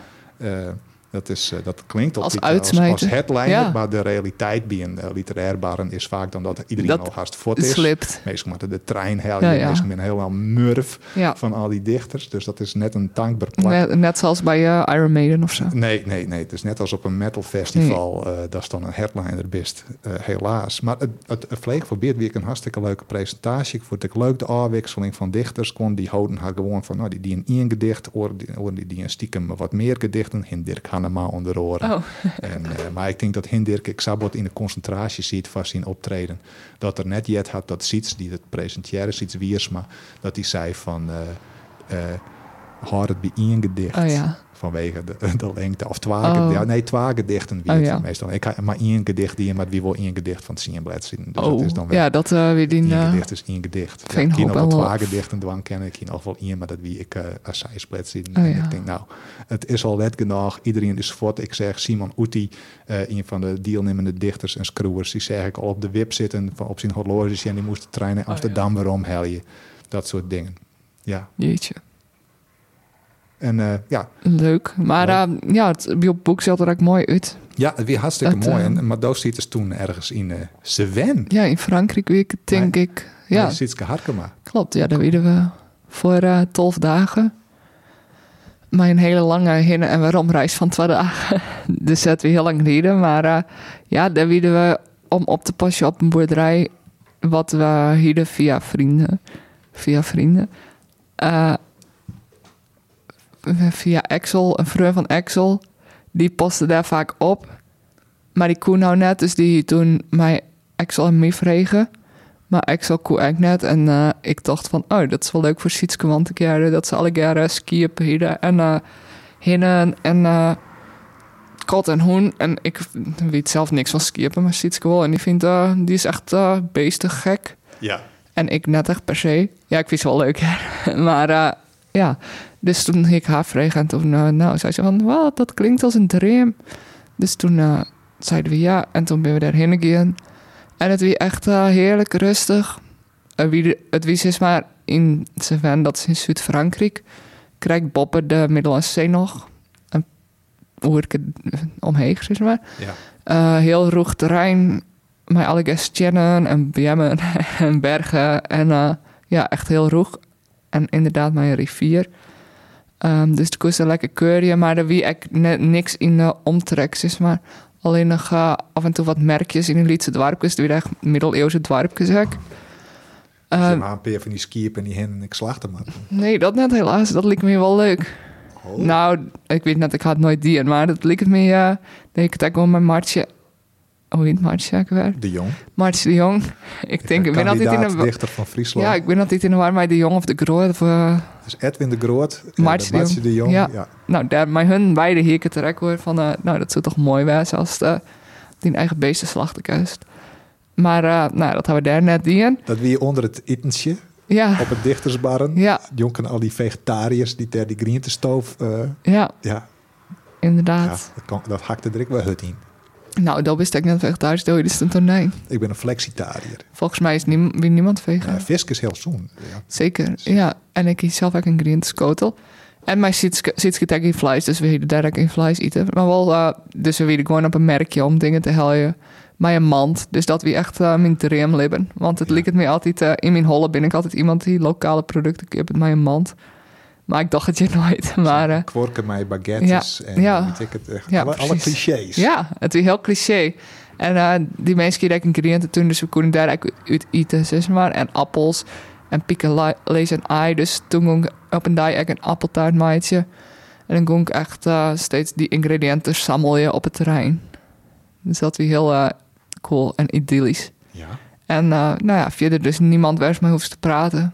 Eh, dat, is, eh, dat klinkt Als altijd als, als, uitsmijter. headliner, Ja. maar de realiteit bij een eh, literair baren is vaak dan dat iedereen Dat al hard fort het is. slipt. Meestal moeten de trein hel, Ja, ja, ja. meestal met een heel murf Ja. van al die dichters. Dus dat is net een tankbaar plak. Net, net zoals bij eh, Iron Maiden of zo. Nee, nee, nee. Het is net als op een metal festival. Hmm. eh, dat is dan een headliner best, eh, helaas. Maar het, het, het vleeg voor Beert weer een hartstikke leuke presentatie. Ik vond het ook leuk de afwisseling van dichters. Kon die houden haar gewoon van, nou, die, die een één gedicht, oren die, oren die, die een stiekem wat meer gedichten. Hin Dirk Hannema onder oren. Oh, En, eh, maar ik denk dat Hindirk, ik zou wat in de concentratie ziet vast zien optreden, dat er net jet had dat Siets, die het presenteren, Siets Wiersma, dat die zei van, eh eh houd het bij één gedicht. oh ja. Vanwege de, de lengte. Of twaalf Oh. ja, nee, twaalf gedichten wie Oh, het ja. meestal. Ik ga maar één gedicht die, maar wie wil één gedicht van Sienblad zien. Dus dat oh, is dan wel ja, dat eh, weer die... één eh, gedicht is één gedicht. geen ik ken hoop nog wel en twaalf lof. gedichten dwang kennen. Ik ken nog wel één, maar dat wie ik eh als zij split zien. Oh, en ja. ik denk nou, het is al net genoeg. Iedereen is voort. Ik zeg Simon Oetie, eh, een van de deelnemende dichters en screwers. Die zeg ik al op de wip zitten van op zijn horloge. En die moest de trein naar Oh, ja. Amsterdam weer omheljen. Dat soort dingen. Ja. Jeetje, En eh, ja, leuk. Maar eh, ja, het biopboek ziet er ook mooi uit. Ja, het weer hartstikke Dat, mooi. eh, En, maar dat ziet dus toen ergens in eh Seven. Ja, in Frankrijk weer, denk ik. Ja, Bij Sietske Harkema. klopt. Ja, daar werden we voor eh, 12 dagen. Maar een hele lange heen en waarom reis van twee dagen. dus dat we heel lang geleden. Maar eh, ja, daar werden we om op te passen op een boerderij. Wat we hielden via vrienden. Via vrienden. Eh, via Axel, een vriend van Axel. Die postte daar vaak op. Maar die koe nou net, dus die toen mij Axel en mij vregen. Maar Axel koe eigenlijk net. En eh, ik dacht van, oh, dat is wel leuk voor Sietske. Want ik jaren dat ze alle jaren skiën hier en eh hinnen en eh kot en hoen. En ik weet zelf niks van skiën, maar Sietske wel. En die vindt, eh, die is echt eh beestig gek. Ja. En ik net echt per se. Ja, ik vind ze wel leuk. hè. maar eh, ja, dus toen ik haar vreeg en toen eh, nou, zei ze van... Wat, dat klinkt als een dream. Dus toen eh, zeiden we ja en toen ben we daarheen gegaan. En het was echt eh, heerlijk rustig. Eh, wie de- het was is maar in Seven, dat is in Zuid-Frankrijk... krijgt Boppe de Middellandse Zee nog. En hoe ik het eh, omheen, zeg maar. ja. Eh, heel roeg terrein. Met alle gestjennen en bemmen en bergen. En eh, ja, echt heel roeg. En inderdaad, mijn rivier. Ehm, dus de koers een lekker keurje. Maar er wie ik net niks in de omtrek is. Maar alleen nog eh, af en toe wat merkjes in de Lietse dwarpjes. Die echt middeleeuwse dwarpjes ook. Ze Ehm, maar een paar van die skierp en die hen en ik slaagde maar. nee, dat net helaas. Dat leek me wel leuk. Oh. Nou, ik weet net, ik had nooit die. Maar dat leek me... eh deed ik het ook wel met Martje... Hoe heet Martje ook weer? De Jong. Maartje de Jong. Ik denk, ik ben altijd in Kandidaat de... dichter van Friesland. Ja, ik ben altijd in de war bij de Jong of de Groot. Of, eh, Dus Edwin de Groot. eh, Maartje de Maartje de Jong. Ja. Ja. nou, daar, maar hun beide hier ik het rek hoor van... eh, nou, dat zou toch mooi zijn als de, die eigen beesten slachten kust. Maar eh, nou, dat hebben we daar net die in. Dat wie onder het etentje. Ja, op het dichtersbarren. ja, Jonken al die vegetariërs die ter die groentestoof... eh ja, ja, ja inderdaad. dat, kan, dat hakt er ik wel hut in. Nou, dat wist ik net vegetarisch, doe je dus een tonijn. Ik ben een flexitariër. Volgens mij is niem- weer niemand vegan. Ja. Fisk is heel zoen. Ja. Zeker, ja. En ik eet zelf ook een green skotel. En mijn zitske tag in vlees, dus we hebben direct in vlees eten. Maar wel, eh, dus we willen gewoon op een merkje om dingen te helpen. Maar een mand, dus dat we echt eh, mijn dream leven. Want het Ja. likt het mij altijd, eh, in mijn holle ben ik altijd iemand die lokale producten koopt met mijn mand. Maar ik dacht het je nooit. Maar eh, Kworken mij baguettes en ja. weet ik het, echt. Ja, alle, alle precies. clichés. ja, het is heel cliché. En eh, die mensen die ik een cliënten toen, dus we konden daar eigenlijk uit eten, Dus zeg maar. En appels en pikken lees en ei. Dus toen ging ik op een dag eigenlijk een appeltaart maaitje. En dan ging ik echt eh, steeds die ingrediënten sammelen op het terrein. Dus dat was heel eh, cool en idyllisch. Ja. En eh, nou ja, verder dus niemand waar ze mee hoeft te praten.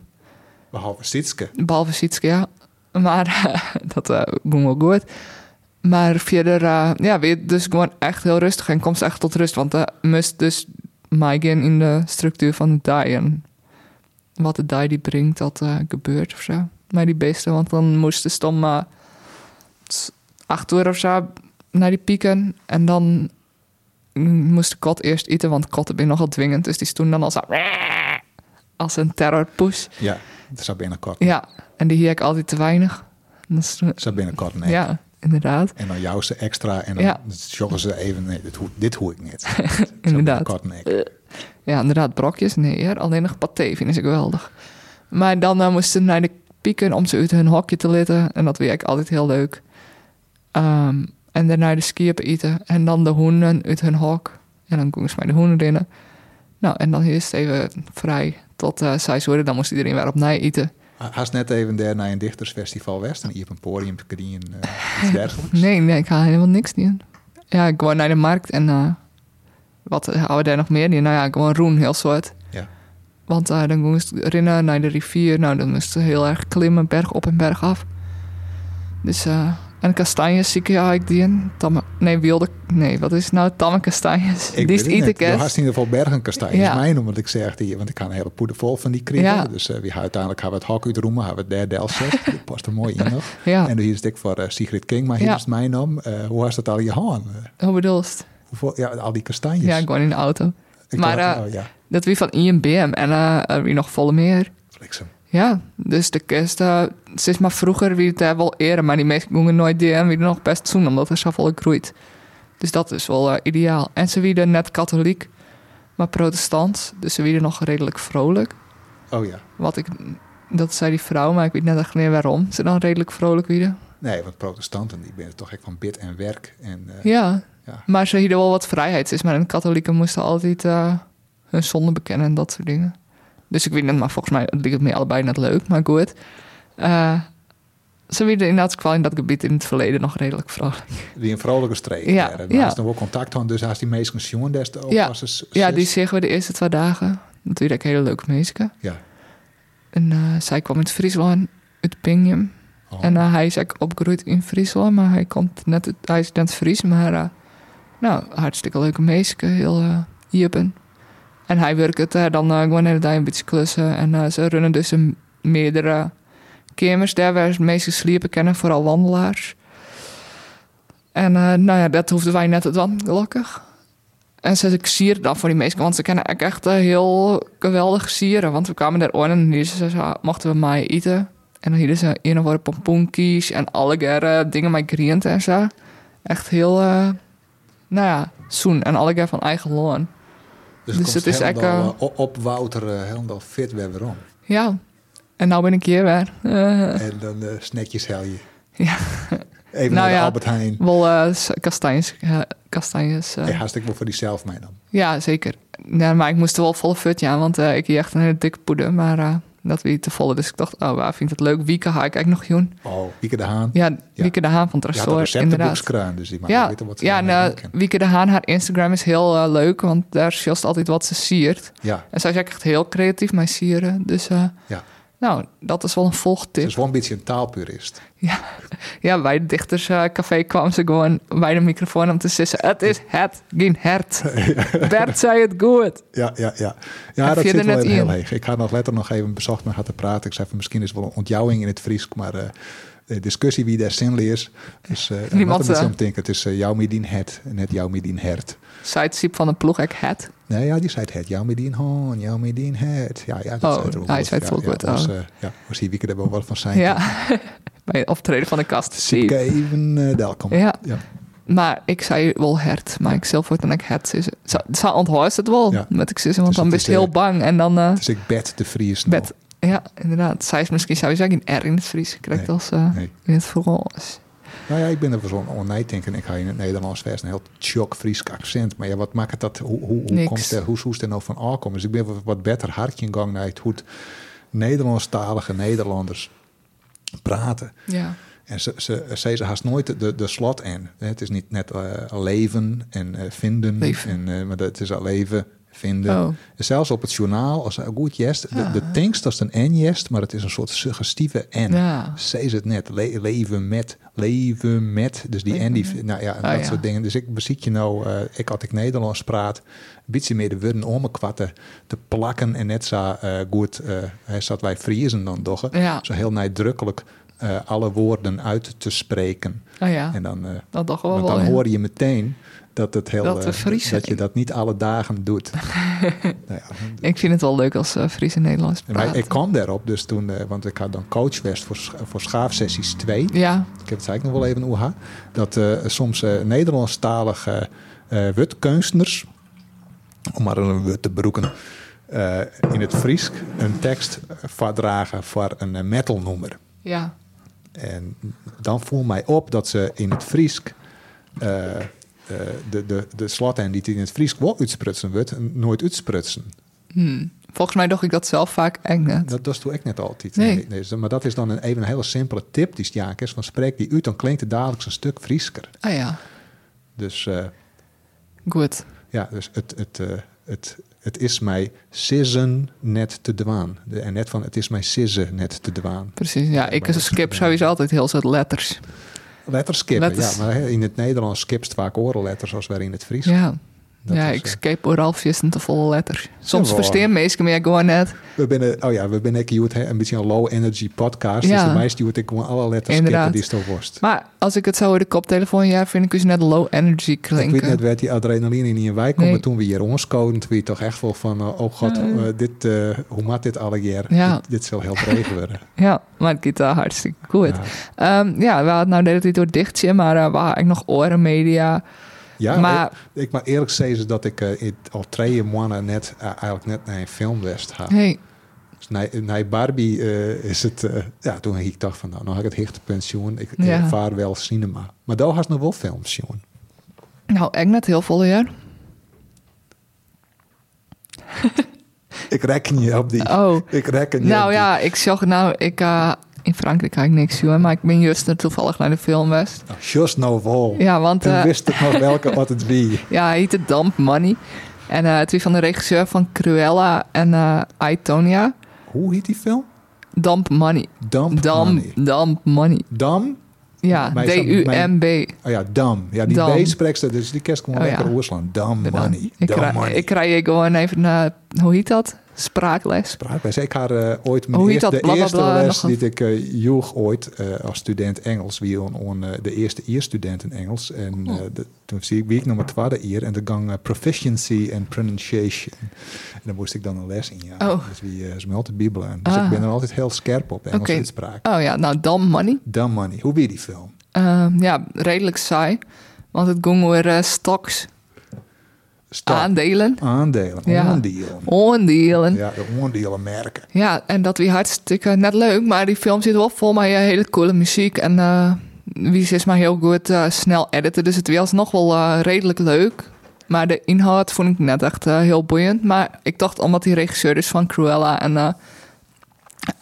Behalve Sitske. Behalve Sietske, ja. Maar eh, dat eh ging wel goed. Maar verder, eh, ja, weer dus gewoon echt heel rustig en komt ze echt tot rust. Want dat moest dus meegaan in de structuur van de dag. En wat de dag die brengt, dat eh, gebeurt of zo. Maar die beesten, want dan moesten ze om eh, s- acht uur of zo naar die pieken. En dan moest de kat eerst eten, want katten ben nogal dwingend. Dus die stonden dan als, als een terrorpoes. Ja, dat zou binnenkort. Ja, en die hier ik altijd te weinig. Dat is- Dat zou binnenkort, nee. Ja, inderdaad. En dan jouw ze extra en dan Ja. joggen ze even. Nee, dit, hoe, dit hoe ik niet. Inderdaad. Kort, nee. Ja, inderdaad, brokjes. Nee, ja, alleen nog paté vind ik geweldig. Maar dan eh, moesten ze naar de pieken om ze uit hun hokje te litten. En dat werkt altijd heel leuk. Ehm, en daarna de skierpen eten. En dan de hoenen uit hun hok. En dan gingen ze mij de hoenen binnen. Nou, en dan is het even vrij tot eh zes uur. Dan moest iedereen weer opnieuw eten. Haast net even daar naar een dichtersfestival West. En hier op een podium kreeg je eh, iets dergelijks. Nee, nee, ik haal helemaal niks in. Ja, ik wou naar de markt en eh, wat houden we daar nog meer in? Nou ja, gewoon roen, heel soort. Ja. Want eh, dan moest ik rennen naar de rivier. Nou, dan moest ze heel erg klimmen, berg op en berg af. Dus, eh, en kastanjes zie ik, ja, ik die in. Tamme, nee, wilde, nee, wat is het nou? Tamme kastanjes. Ik die weet is het niet. eten Je haast in ieder geval bergenkastanjes. Ja. Mijn, omdat ik zeg die, want ik had een hele poeder vol van die kriebel. Ja. Dus eh, wie uiteindelijk gaan we het hak uitroemen, gaan we het derde deel zetten. Dat past er mooi in nog. Ja, En hier is ik voor eh, Sigrid King, maar hier Ja. is het mijn naam. Eh, hoe was dat al je hand? hoe bedoel je het? Hoeveel, ja, al die kastanjes. Ja, gewoon in de auto. Ik maar, dacht, eh, oh, ja, Dat wie van INBM en eh er wie nog volle meer. bliksem. Ja, dus de kerst, eh, ze is maar vroeger wie het eh, wel eren, maar die mensen gingen nooit die en wie er nog best doen, omdat er zoveel groeit. Dus dat is wel eh, ideaal. En ze wieden net katholiek, maar protestant, dus ze wieden nog redelijk vrolijk. Oh ja. Wat ik, dat zei die vrouw, maar ik weet net echt niet waarom ze dan redelijk vrolijk wieden. Nee, want protestanten die zijn toch echt van bid en werk. En, eh, Ja, Ja. maar ze hielden wel wat vrijheid, is, maar de katholieken moesten altijd eh, hun zonde bekennen en dat soort dingen. Dus ik weet niet, maar volgens mij liep het me allebei net leuk, maar goed. Eh, ze werden inderdaad kwal in dat gebied in het verleden nog redelijk vrolijk. Die een vrolijke streek. Ja, daar. En ja. dan wel contact hadden, dus als die meesten jongen des te Ja. oppassen. Ja, die zeggen we de eerste twee dagen. Natuurlijk hele leuke mensen. Ja. En eh, zij kwam uit Friesland, uit Pingjum. Oh. En eh, hij is eigenlijk opgegroeid in Friesland, maar hij, komt net, uit- hij is net Fries. Maar eh, nou, hartstikke leuke meisje, heel eh jepen. En hij werkt het eh, dan eh, gewoon de hele dag een beetje klussen. En eh, ze runnen dus een meerdere kamers daar waar ze meestal sliepen kennen, vooral wandelaars. En eh, nou ja, dat hoefden wij net te doen, gelukkig. En ze sier dan voor die meisjes, want ze kennen echt- echt eh, heel geweldig sieren. Want we kwamen daar aan en hier ze ze, mochten we mij eten. En dan hielden ze een of andere pompoenkies en alligere dingen met griënt en zo. Echt heel, eh, nou ja, zoen. En alligere van eigen loon. dus komt het is helemaal, eigenlijk, eh, op- opwouteren, helemaal fit weer weer om. Ja, en nou ben ik hier weer. Eh, En dan eh, snackjes hel je. Ja. Even Nou naar de ja. Albert Heijn. wel eh, s- kastanjes. eh, kastanjes eh. Hey, hartstikke wel voor die zelf mee dan. Ja, zeker. Ja, maar ik moest er wel volle fut, ja, want eh, ik hier echt een hele dikke poeder. Maar eh, dat weer te volle. Dus ik dacht, oh, waar vind ik het leuk? Wieke ga ik eigenlijk nog doen. Oh, Wieke de Haan. Ja, Wieke de Haan van het Je had een restaurant, inderdaad. receptenboekskraan, dus die mag ja, weten wat ze ja en daarmee eh, maken. Wieke de Haan, haar Instagram is heel eh, leuk, want daar sjast altijd wat ze siert. Ja, En zij is ook echt heel creatief met sieren. Dus eh, Ja. Nou, dat is wel een Ze volgtip. is wel een beetje een taalpurist. Ja, bij het dichterscafé kwam ze gewoon bij de microfoon om te sissen. Het is het, geen hert. Bert zei het goed. Ja, ja, ja. Heb Ja, dat je zit er wel net in heel in? heeg. Ik had nog letter nog even bezocht met haar te praten. Ik zei van misschien is het wel een ontjouwing in het Fries, maar eh, de discussie wie daar zinley is. Dus eh Niemand, wat er met eh, zo'n denken. Het is eh, jou met die het, net jou met die hert. Zei het Siep van de ploeg ik het. Nee, ja, die zei het het. Jou met die hoorn, jou met die het. Ja, ja, Oh, dat zei het ook hij wel. zei het Ja, ook ja, goed, Dus, oh. eh, ja, was die wieken er wel wat van zijn. Ja, bij het optreden van de kast. Siepke Siep. even eh welkom. Ja, Ja. maar ik zei wel hert, maar ik zelf word dan ik het. sissen. Ze, ze onthoort het wel Ja. met ik sissen, want Dus dan het ben is, je heel eh, bang. En dan eh, Dus ik bed de Fries nog. bed. Ja, inderdaad. Zij is misschien, zou je zeggen, een R in het Fries gekregen Nee, als eh, nee. in het Frans. Nou ja, ik ben er voor zo'n onnijdenken. Ik ga in het Nederlands best een heel tjok Fries accent. Maar ja, wat maakt dat? Hoe, hoe, hoe Niks. komt er, hoe hoe is er nou van aankomen? Dus ik ben wat- wat beter hartje in gang naar het hoe het Nederlandstalige Nederlanders praten. Ja. En ze, ze, ze, ze haast nooit de, de slot in. Het is niet net eh, leven en eh, vinden. Leven. En, eh, maar het is al leven, vinden. Oh. Ah. En zelfs op het journaal, als een goed jest. De, de tekst als een en jest, maar het is een soort suggestieve en. Ja. Ze is het net. Le- leven met. Leven met. Dus die en, die, nou ja, en Ah, dat ja. soort dingen. Dus ik beziek je nou, eh, ik had ik Nederlands praat, een beetje meer de woorden om me kwatten te plakken. En net zo eh, goed, eh, hij zat wij Friesen dan toch. Ja. Zo heel nadrukkelijk eh, alle woorden uit te spreken. Nou ja, En dan, eh, dat dacht ik wel want wel. dan ja. hoor je meteen dat, het heel, Dat we eh, Friesen dat je zijn. dat niet alle dagen doet. nou ja, Ik vind het wel leuk als eh Fries en Nederlands en wij- praten. ik kwam daarop, dus toen, eh, want ik had dan coach West voor, scha- voor schaafsessies 2. Ja, Ik heb het eigenlijk nog wel even oeha. Dat eh, soms eh, Nederlandstalige eh wutkunstners, om maar een wut te broeken, eh, in het Fries een tekst voordragen voor een eh, metalnummer. ja. En dan voel mij op dat ze in het Fries eh, eh, de, de, de slotten die het in het Fries wel uitsprutsen wordt, nooit uitsprutsen. Hmm. Volgens mij dacht ik dat zelf vaak eng net. Dat, dat doe ik net altijd. Nee. dus- maar dat is dan een, even een hele simpele tip die Sjaak is. Van spreek die uit, dan klinkt het dadelijk een stuk Friesker. Ah ja, Dus eh, goed. ja, dus het, het, eh, het, het is mij sissen net te dwaan. De- En net van het is mij sissen net te dwaan. Precies. Ja, ik maar dat- skip sowieso altijd heel soort letters. Letterskippen, Letters. ja. Maar hè, in het Nederlands skipst vaak orenletters als wij in het Fries. Ja. Dat ja, is, ik eh, skip oral visten te volle letters. Soms Jawel. verstaan mensen me gewoon net. We binnen, oh ja, we binnen ook Joet, hè, een beetje een low energy podcast. Ja. Dus de meeste Joet, ik gewoon alle letters Inderdaad. skippen die is toch worst. Maar als ik het zo in de koptelefoon ja, vind ik dus net low energy Ik weet net klinken. waar die adrenaline in je wijk komt. Nee. Maar toen we hier ons koden, toen we toch echt wel van... eh, oh god, Ja. eh, dit, eh, hoe maakt dit alle jaar? Ja. Dit, dit zal heel bregen worden. Ja, maar het gaat eh, hartstikke goed. Ja. Ja, ja we hadden nou de hele tijd door dichtje, maar eh, we hadden ook nog orenmedia. Ja, Maar- ik, ik mag eerlijk zeggen dat ik eh, in- al twee maanden net, eh, eigenlijk net naar een filmwest ga. Hey, Dus na, na Barbie eh, is het... eh, ja, toen ik dacht van, nou, nou had ik het hechte pensioen. Ik Ja. eh, vaar wel cinema. Maar daar had nog wel films, jongen. nou, echt net heel vol jaar. Ik reken je op die. Oh. Ik reken je op Nou die. ja, ik zag nou, ik, eh, in Frankrijk ga ik niks doen, maar ik ben juist er toevallig naar de film West. Nou, Just no wall. Ja, want Toen eh, wist ik nog welke wat het wie. ja, hij heette Dump Money. En eh, het is van de regisseur van Cruella en eh Aitonia. Hoe heet die film? Dump Money. Dump Dump, Money. dump Money. Dam? Ja, Mij zou- D-U-M-B. Oh ja, dam. Ja, die Dam. B spreekt ze, dus die kerst gewoon Oh ja. lekker oorslaan. Dam money. Ik Dam krijg- money. Ik krijg hier gewoon even, eh, hoe heet dat? Spraakles. Praat bij. Ik had eh, ooit mijn Hoe heet eerste, de dat? Bla, bla, eerste bla, les nog een- die ik eh joeg ooit eh, als student Engels. Wie on, on, eh, de eerste ierstudent in Engels. En Oh. eh, de- toen zie ik, wie ik nog maar tweede ier. En de gang eh, proficiency en pronunciation. En daar moest ik dan een les in. Ja. Oh. Dus wie eh smelt de bibel aan. Dus Ah. ik ben er altijd heel scherp op. Engels Oké. in spraak. Oh ja, nou Dump Money. Dumb money. Hoe wie die film? Eh, ja, redelijk saai. Want het ging over eh, stocks, Stock. aandelen, Aandelen. Ja. Aandelen. oondelen. Ja, de aandelen merken. Ja, en dat wie hartstikke net leuk, maar die film zit wel vol met eh, hele coole muziek. En eh, wie is maar heel goed eh, snel editen, dus het was nog wel eh, redelijk leuk. Maar de inhoud vond ik net echt eh, heel boeiend. Maar ik dacht, omdat die regisseur is van Cruella en eh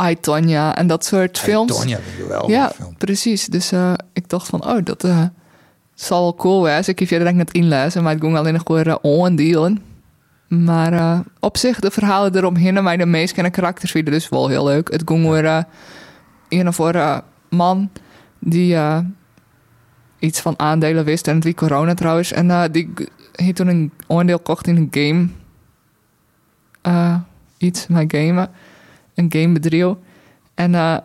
I, Tonya en dat soort films. Tonya, geweldige ja, film. precies. Dus eh, ik dacht van, oh, dat eh, Dus zal wel cool zijn. Ik heb je er denk ik net inlezen, maar het ging alleen nog over uh, ondealen. eh, Maar eh, op zich, de verhalen eromheen en mij de meest kennen karakters vinden dus wel heel leuk. Het ging over eh, een of andere man die eh, iets van aandelen wist en het wie corona trouwens. En eh, die g- heeft toen een aandeel kocht in een game. Eh, iets, maar gamen. Een gamebedrijf. En eh,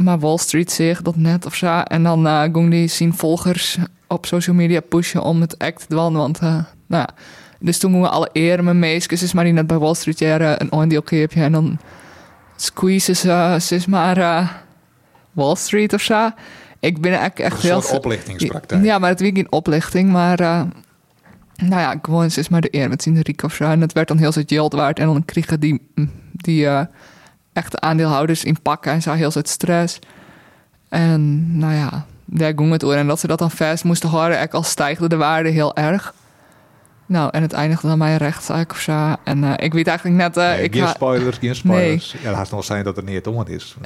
maar Wall Street zegt dat net of zo. En dan eh ging die zien volgers op social media pushen om het act te doen. Want eh, nou ja, dus toen moeten we alle eer mijn meisjes is maar die net bij Wall Street jaren eh, een aandeelkeerpje en dan squeezen ze, ze is maar eh, Wall Street of zo. Ik ben eigenlijk echt een heel... soort oplichtingspraktijk. Ja, maar het wie geen oplichting, maar... eh, nou ja, gewoon, ze is maar de eer met zien Rico of zo. En dat werd dan heel zo'n geld waard. En dan kregen die, die eh, echte aandeelhouders in pakken en zo heel zo'n stress. En nou ja, daar ging het over. En dat ze dat dan vast moesten horen, eigenlijk al stijgde de waarde heel erg. Nou, en het eindigde dan mijn rechtszaak of zo. En eh, ik weet eigenlijk net... eh, Nee, ik geen ha- spoilers, geen spoilers. Ja, laat het nog zijn dat er niet om is.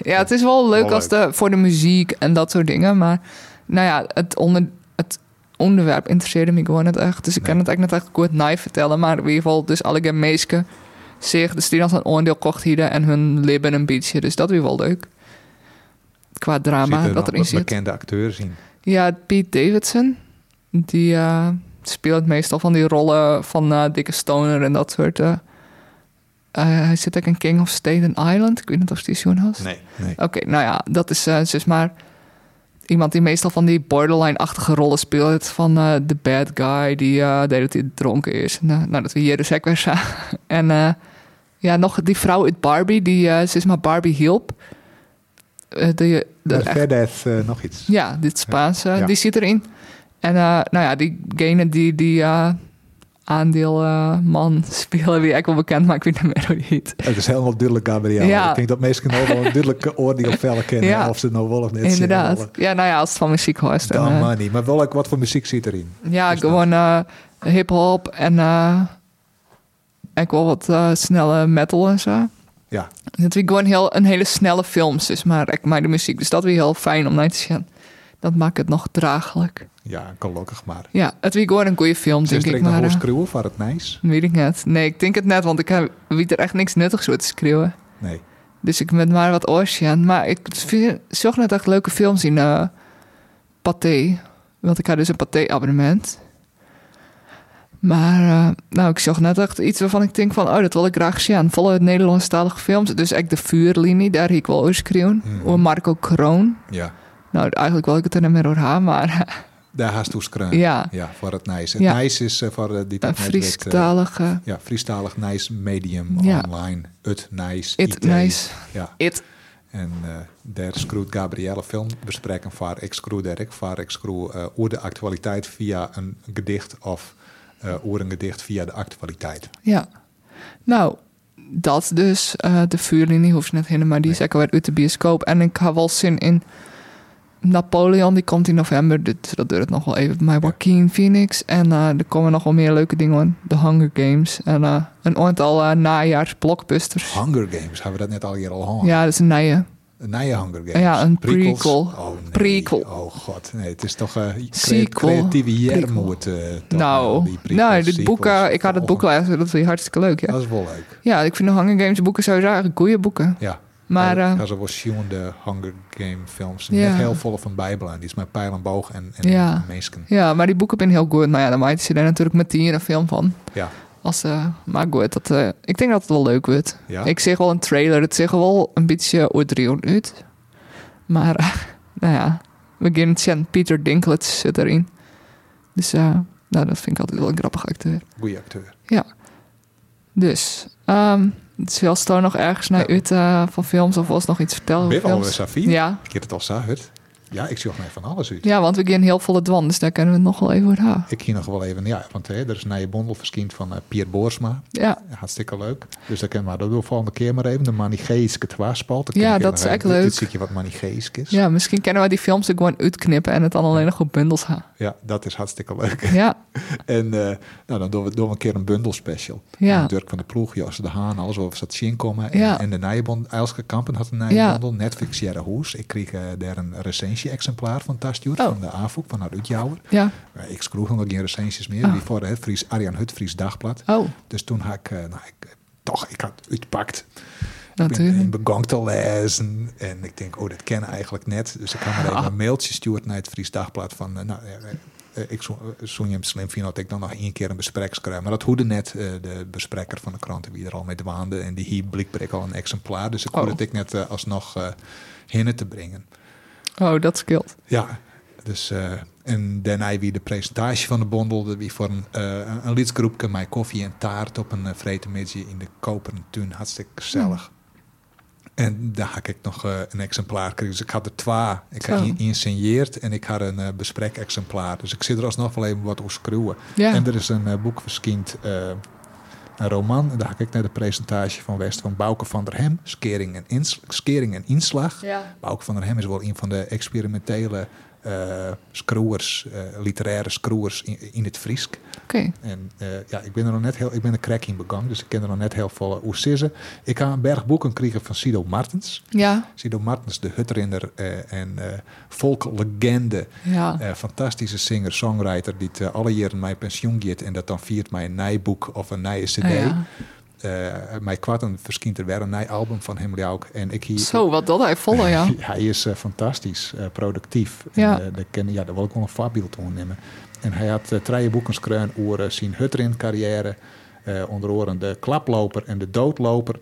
Ja, het is wel leuk Wel als de, voor de muziek en dat soort dingen. Maar nou ja, het, onder, het onderwerp interesseerde me gewoon niet echt. Dus ik kan het eigenlijk net echt goed naai vertellen. Maar in ieder geval, dus alle keer meeske zich, dus die dan zijn oordeel kocht hier en hun leven een beetje. Dus dat weer wel leuk. Qua drama Zitten dat nog erin zit. bekende acteurs in. Ja, Pete Davidson. Die eh, speelt meestal van die rollen van eh, dikke stoner en dat soort. eh. Eh, hij zit ook in King of Staten Island. Ik weet niet of die zo'n had. Nee. nee. Eh, Oké, nou ja, dat is eh dus maar iemand die meestal van die borderline-achtige rollen speelt. Van eh, de bad guy die eh deed dat hij dronken is. Nou, nou, dat we hier dus ook weer zagen. En eh, ja, nog die vrouw uit Barbie, die eh ze is maar Barbie hielp. Eh, die, de, Maar echt- verder heeft, eh, nog iets. ja, dit Spaanse, Ja. die zit erin. En eh, nou ja, diegene die die eh aandeelman spelen, wie ik wel bekend maak, wie de meer hoe die heet. Het is helemaal duidelijk, Gabriel. Ja. Ik denk dat mensen nou wel een duidelijke oordeel vellen kennen. Ja. Of ze nou wel of niet zien Inderdaad. willen. Ja, nou ja, als het van muziek hoort. en, Dan eh, maar niet. Maar wel ook wat voor muziek zit erin? Ja, Dus dat- gewoon eh, hip-hop en eh, ik wel wat eh, snelle metal en zo. Ja. Het is gewoon heel, een hele snelle films, dus maar ik maak de muziek. Dus dat weer heel fijn om naar te zien. Dat maakt het nog draaglijk. Ja, gelukkig maar. Ja, het weer gewoon een goede film, Ze denk is er ik. ook nog Maar, wel eh, schreeuwen van het nice? weet ik net. Nee, ik denk het net, want ik heb weet er echt niks nuttigs over te schreeuwen. Nee. Dus ik ben maar wat oceaan. Maar ik vind- zocht net echt leuke films in eh Pathé. Want ik had dus een Pathé-abonnement. Maar eh, nou, ik zocht net echt iets waarvan ik denk van... oh, dat wil ik graag zien. Voluit Nederlandstalige films. Dus echt De Vuurlinie, daar heb ik wel eens kreeuwen. Mhm. Over Marco Kroon. Ja. Nou, eigenlijk wil ik het er niet meer over haar, maar... Daar haast toe schreeuwen. ja, Ja, voor het nice. Het Ja. nice is eh, voor eh, die een tijd net werd, eh, Friesktalige... ja, Friestalig nice medium Ja. online. Het nice. It IT. Nice. Ja. It. En eh, daar scroet Gabrielle filmbespreking vaar ik scroe Dirk, vaar ik scroe eh over de actualiteit via een gedicht of eh over een gedicht via de actualiteit. Ja. Nou, dat dus. eh, de vuurlinie hoeft net helemaal, maar die is Nee. ook alweer uit de bioscoop. En ik had wel zin in Napoleon, die komt in november. Dus dat duurt het nog wel even. Maar Joaquin Phoenix. En eh, er komen nog wel meer leuke dingen aan. The Hunger Games. En eh, een aantal eh najaars blockbusters. Hunger Games, hebben we dat net al hier al gehad? Ja, dat is een nije. Een nieuwe Hunger Games. Ja, een Prequels? prequel. Oh, nee. Prequel. Oh god, nee, het is toch eh crea- Sequel. creatieve eh, jermoed. Nou, nou dit boek, eh, ik had het boek lezen. Dat vind ik hartstikke leuk, ja. Dat is wel leuk. Ja, ik vind de Hunger Games boeken sowieso eigenlijk goede boeken. Ja. Maar... eh, dat was de Hunger Game films. Ja. Net heel vol van bijbelen. Die is met pijl en boog en, en Ja. mensen. ja, maar die boeken ben heel goed. Maar ja, dan maakt ze daar natuurlijk met tien een film van. Ja. Als, eh, maar goed, dat, eh, ik denk dat het wel leuk wordt. Ja. Ik zeg wel een trailer, het zegt wel een beetje oordreeuwend uit. Maar, eh, nou ja, we gaan het zien. Peter Dinklage zit erin. Dus, eh, nou, dat vind ik altijd wel een grappig acteur. Goeie acteur. Dus, ehm zelfs daar nog ergens naar Ja. uit eh, van films of was nog iets vertellen over Ben je al films? Safie? Ja. Ik heb het al gezegd. Ja, ik zocht mij van alles uit. ja, want we gaan heel volle dwan, dus daar kunnen we het nog wel even over hebben. Ik hier nog wel even, ja, want hè, er is een nieuwe bondel verschijnd van eh, Pier Boorsma. Ja, Hartstikke leuk. Dus dat kunnen we dat doen volgende keer maar even. De manicheeske twaarspalt. Dan Ja, kun je dat nog is even- echt dit- leuk. Dit zie je wat manicheesk is. ja, misschien kunnen we die films ook gewoon uitknippen en het dan alleen nog op bundels gaan. Ja, dat is hartstikke leuk. Ja, En eh, nou, dan doen we, doen we een keer een bundelspecial. Ja. En Dirk van de Ploeg, Jos de Haan, alles over zat zien komen. En, Ja. en de Nijenbond, Eilske Kampen had een Nijenbondel. Netflix Jere Hoes. Ik kreeg eh, daar een recensie-exemplaar van Tastjord, Oh. van de AFOEK, van haar Uitjouwer. ja. Eh, Ik schroeg nog geen recensies meer. Oh. Die voor het Fries, Arjan Hutfries Dagblad. Oh, Dus toen had ik, eh, nou, ik eh, toch, ik had uitpakt. Ik natuurlijk. ben- ik begon te lezen en ik denk, oh, dat ken ik eigenlijk net. Dus ik had maar even Ah. een mailtje stuurd naar het Fries Dagblad van, eh, nou, eh, eh, ik zou eh, zou je hem slim vinden dat ik dan nog één keer een besprek schrijf. Maar dat hoede net eh, de bespreker van de kranten wie er al mee waande en die hier blikbaar ik al een exemplaar. Dus ik hoorde Oh. het ik net eh, alsnog eh hinnen te brengen. Oh, dat scheelt. Ja, dus eh, en daarna wie de presentatie van de bondel, dat wie voor een, eh een lidsgroepje mij koffie en taart op een uh, in de koperen tuin, hartstikke gezellig. En daar had ik nog eh, een exemplaar gekregen. Dus ik had er twee. Ik had Zo. een geïnsigneerd en ik had een eh besprek-exemplaar. Dus ik zit er alsnog wel even wat op schroeven. Ja, En er is een eh, boek verschijnd, eh, een roman. En daar had ik naar de presentatie van West van Bouke van der Hem. Skering en, ins- Skering en Inslag. ja. Bouke van der Hem is wel een van de experimentele eh screwers, eh, literaire screwers in, in het Friesk. oké. En eh, ja, ik ben er nog net heel, ik ben een crack in begang, dus ik ken er nog net heel veel eh, oer sissen. Ik ga een berg boeken krijgen van Sido Martens. Ja, Sido Martens, de hutrinder eh, en eh volklegende. ja. Eh, fantastische singer, songwriter, die het, eh, alle jaren mijn pensioen geeft en dat dan viert mij een nijboek of een nieuwe cd. Ah, ja. Eh, mij kwarten verschijnt er weer een nieuw album van hem ook. En ik hier, Zo, wat dat hij volle, ja. hij is eh, fantastisch, eh, productief. Ja. En, eh, daar, ken, ja, daar wil ik wel een voorbeeld aan nemen. En hij had eh drie boeken geschreven over eh, zijn Hutrin carrière. eh onder andere de klaploper en de doodloper.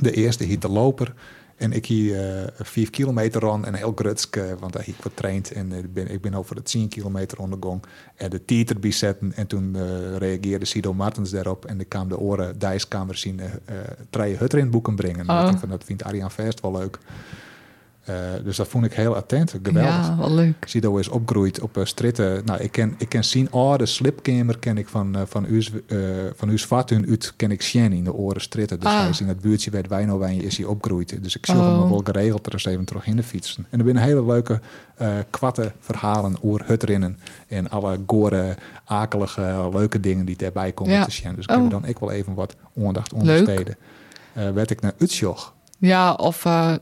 De eerste hiet de loper. En ik hier eh, vijf kilometer ran en heel grutsk, eh, want hij hiet wat traind. En eh, ik ben, ik ben over de 10 kilometer ondergong en de titer bizetten. En toen eh, reageerde Sido Martens daarop en ik kwam de oren Dijskamer zien eh drie Hutrin boeken brengen. En Oh. ik dacht van, dat vindt Arjan Verst wel leuk. Eh, dus dat vond ik heel attent, geweldig. Ja, wat leuk. Sido is opgegroeid op eh, stritten. Nou, ik ken, ik ken zien oude slipkamer ken ik van, eh van, u's, eh van u's vatun uit ken ik Sjen in de oren stritten. Dus Ah. hij is in het buurtje bij het Wijnowijn is hij opgegroeid. Dus ik zie Oh. hem wel geregeld er eens even terug in de fietsen. En er zijn hele leuke eh kwatte verhalen oer hutrinnen. En alle gore, akelige, leuke dingen die daarbij komen Ja. te zien. Dus kunnen Oh. dan ik wel even wat aandacht ondersteden. Eh werd ik naar Utsjoch. Ja, of eh,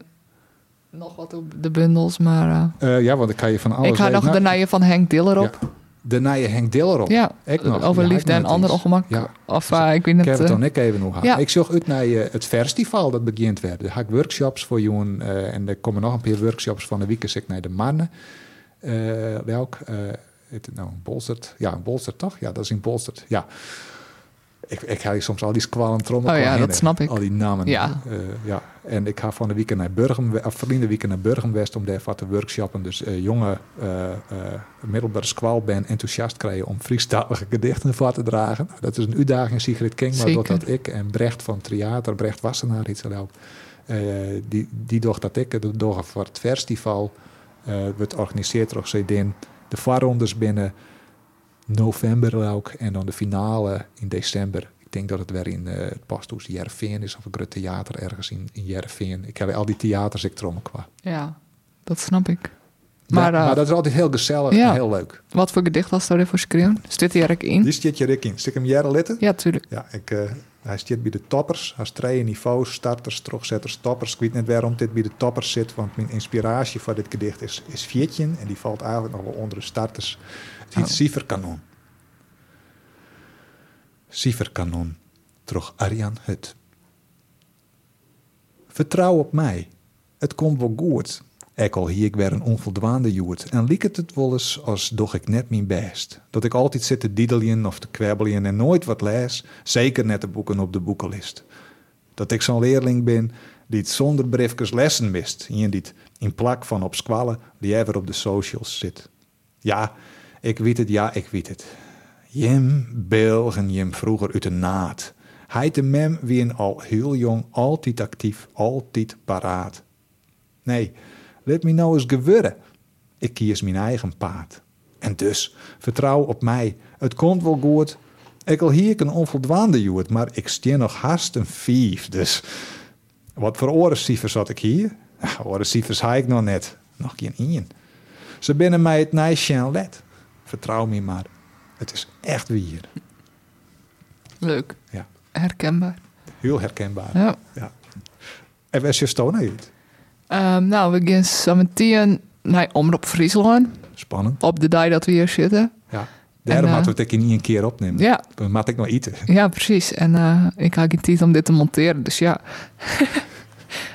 nog wat op de bundels, maar eh, Eh, ja, want ik kan je van alles ik had weten. nog de Nou, nije van Henk Diller op. de nije Henk Diller op. Ja, Ik nog. over Ja, ik liefde nog en iets. ander ongemak. Ja. Of eh, ik weet Ik het. heb het eh, dan ik even nog gehad. ja. Ik zocht uit naar eh, het festival dat begint werd. Daar ga ik workshops voor jongen. eh, en er komen nog een paar workshops van de week. Dus ik naar de mannen. Eh, welk? eh heet het nou Bolstert? Ja, Bolstert toch? Ja, dat is in Bolstert. Ja. Ik, ik haal hier soms al die squalen trommel. Oh ja, heen, dat hè. snap ik. Al die namen. Ja. Eh, ja. En ik ga van de weekend naar Burgem, of van de weekend naar Burgemwest om daar wat te workshoppen. Dus eh, jonge eh eh middelbare squalband enthousiast krijgen om Friestalige gedichten voor te dragen. Nou, dat is een uitdaging, Sigrid King, maar dat Zeker. dat ik en Brecht van Triater, Brecht Wassenaar, iets ook. eh, die, die docht dat ik, dat docht voor het festival, eh wordt georganiseerd door Zedin. De voorrondes binnen november ook. En dan de finale in december. Ik denk dat het weer in eh, het Pasthoes Jerveen is. Of een groot theater ergens in, in Jerveen. Ik heb al die theaters ik trommel qua. Ja, dat snap ik. Maar, Maar, maar, eh, dat is altijd heel gezellig ja. en heel leuk. Wat voor gedicht was daar voor schreeuwen? Zit hier eigenlijk in? Die zit je Rick in. Stik hem jaren litten? Ja, tuurlijk. Ja, ik, eh, hij zit bij de toppers. Hij heeft drie niveaus, starters, terugzetters, toppers. Ik weet net waarom dit bij de toppers zit, want mijn inspiratie voor dit gedicht is, is Viertje. En die valt eigenlijk nog wel onder de starters. Het heet Oh. Sieverkanon. Sieverkanon, terug Arjan Hut. Vertrouw op mij. Het komt wel goed. Ek al hier ik weer een onvoldoende joert. En liek het het wel eens als doch ik net mijn best. Dat ik altijd zit te diedelien of te kwebbelien en nooit wat lees. Zeker net de boeken op de boekenlist. Dat ik zo'n leerling ben die het zonder briefjes lessen mist. En die het in plak van op squallen die even op de socials zit. Ja, ik weet het, ja, ik weet het. Jim Belgen, Jim vroeger uit de naad. Hij te mem wie een al heel jong, altijd actief, altijd paraat. Nee, let me nou eens gebeuren. Ik kies mijn eigen paard. En dus, vertrouw op mij. Het komt wel goed. Ik al hier een onvoldoende joert, maar ik steen nog haast een vief. Dus wat voor orensievers had ik hier? Nou, Ah, Orensievers haai ik nog net. Nog geen één. Ze binnen mij het nijsje en let. vertrouw me maar. Het is echt wie hier. Leuk. Ja. Herkenbaar. Heel herkenbaar. Ja. En waar is je stoner uit? Ehm, nou, we gaan samentien naar Omroep Friesland. Spannend. Op de dag dat we hier zitten. Ja. Daarom eh, hadden we het ook niet een keer opnemen. Ja, Dan maat ik nog eten. ja precies. En eh, ik had geen tijd om dit te monteren, dus ja.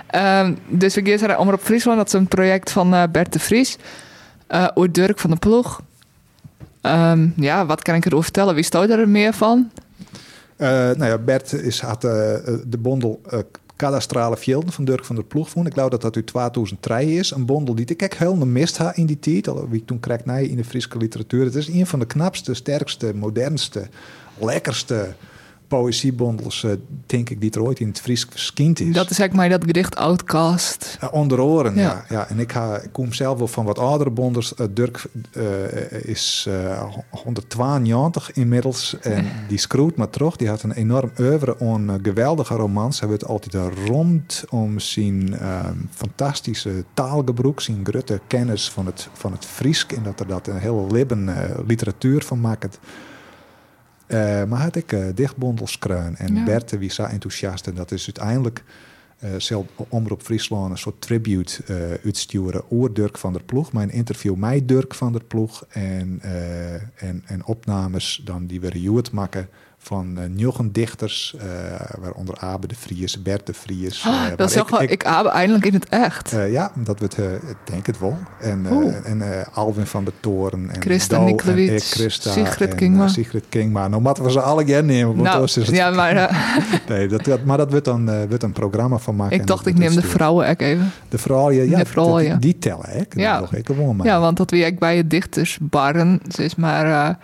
Ehm, dus we gaan naar Omroep Friesland. Dat is een project van eh, Bert de Vries. eh Oer Dirk van de Ploeg. Ehm, ja, wat kan ik erover vertellen? Wie stoot er meer van? Eh, nou ja, Bert is, had eh, eh, de bondel eh, Kadastrale Fjelden van Dirk van der Ploeg vond. Ik geloof dat dat uit 2003 is. Een bondel die ik echt helemaal mist had in die tijd. Al wie ik toen kreeg naar in de Friese literatuur. Het is een van de knapste, sterkste, modernste, lekkerste poëziebondels, eh, denk ik, die er ooit in het Fries geskind is. Dat is eigenlijk mij dat gedicht Outcast. Ja, Eh, onder oren, ja. Ja. ja. en ik, ha, ik kom zelf wel van wat oudere bonders. Eh, Dirk eh, is eh 192 inmiddels. En die scroot maar terug. Die had een enorm oeuvre aan eh, geweldige romans. Hij werd altijd rond om zijn eh, fantastische taalgebruik. Zijn grote kennis van het, van het Friesk. En dat er dat een hele libben eh, literatuur van maakt. Eh, maar had ik eh dichtbondels kreun. En Ja. Bert, eh, wie zo enthousiast. En dat is uiteindelijk eh zal Omroep Friesland een soort tribute eh uitsturen oer Dirk van der Ploeg. Mijn interview mij Dirk van der Ploeg en, eh, en, en opnames dan die we reviewed maken van eh njoegen dichters, eh, waaronder Abe de Vries, Bert de Vries. eh, Ah, maar dat is toch wel, ik, heb eindelijk in het echt. eh, ja, dat wordt, eh, ik denk het wel. En, eh, Oeh. en eh, Alwin van de Toren. En Christa Do en Niklewits, ik, Christa Sigrid en, Kingma. eh, Sigrid Kingma. Nou, moeten we ze alle jij nemen. Want nou, anders is het- ja, maar eh, nee, dat, dat- maar dat wordt dan eh, wordt een programma van maken. en ik dacht dat ik neem wordt de uitstuurd. vrouwen act even. De vrouwen, ja, De vrouwen, dat- ja. die tellen, hè? Dat Ja. Nog, ik gewoon maar. Ja, want dat wie ik bij je dichtersbarren ze is, maar eh,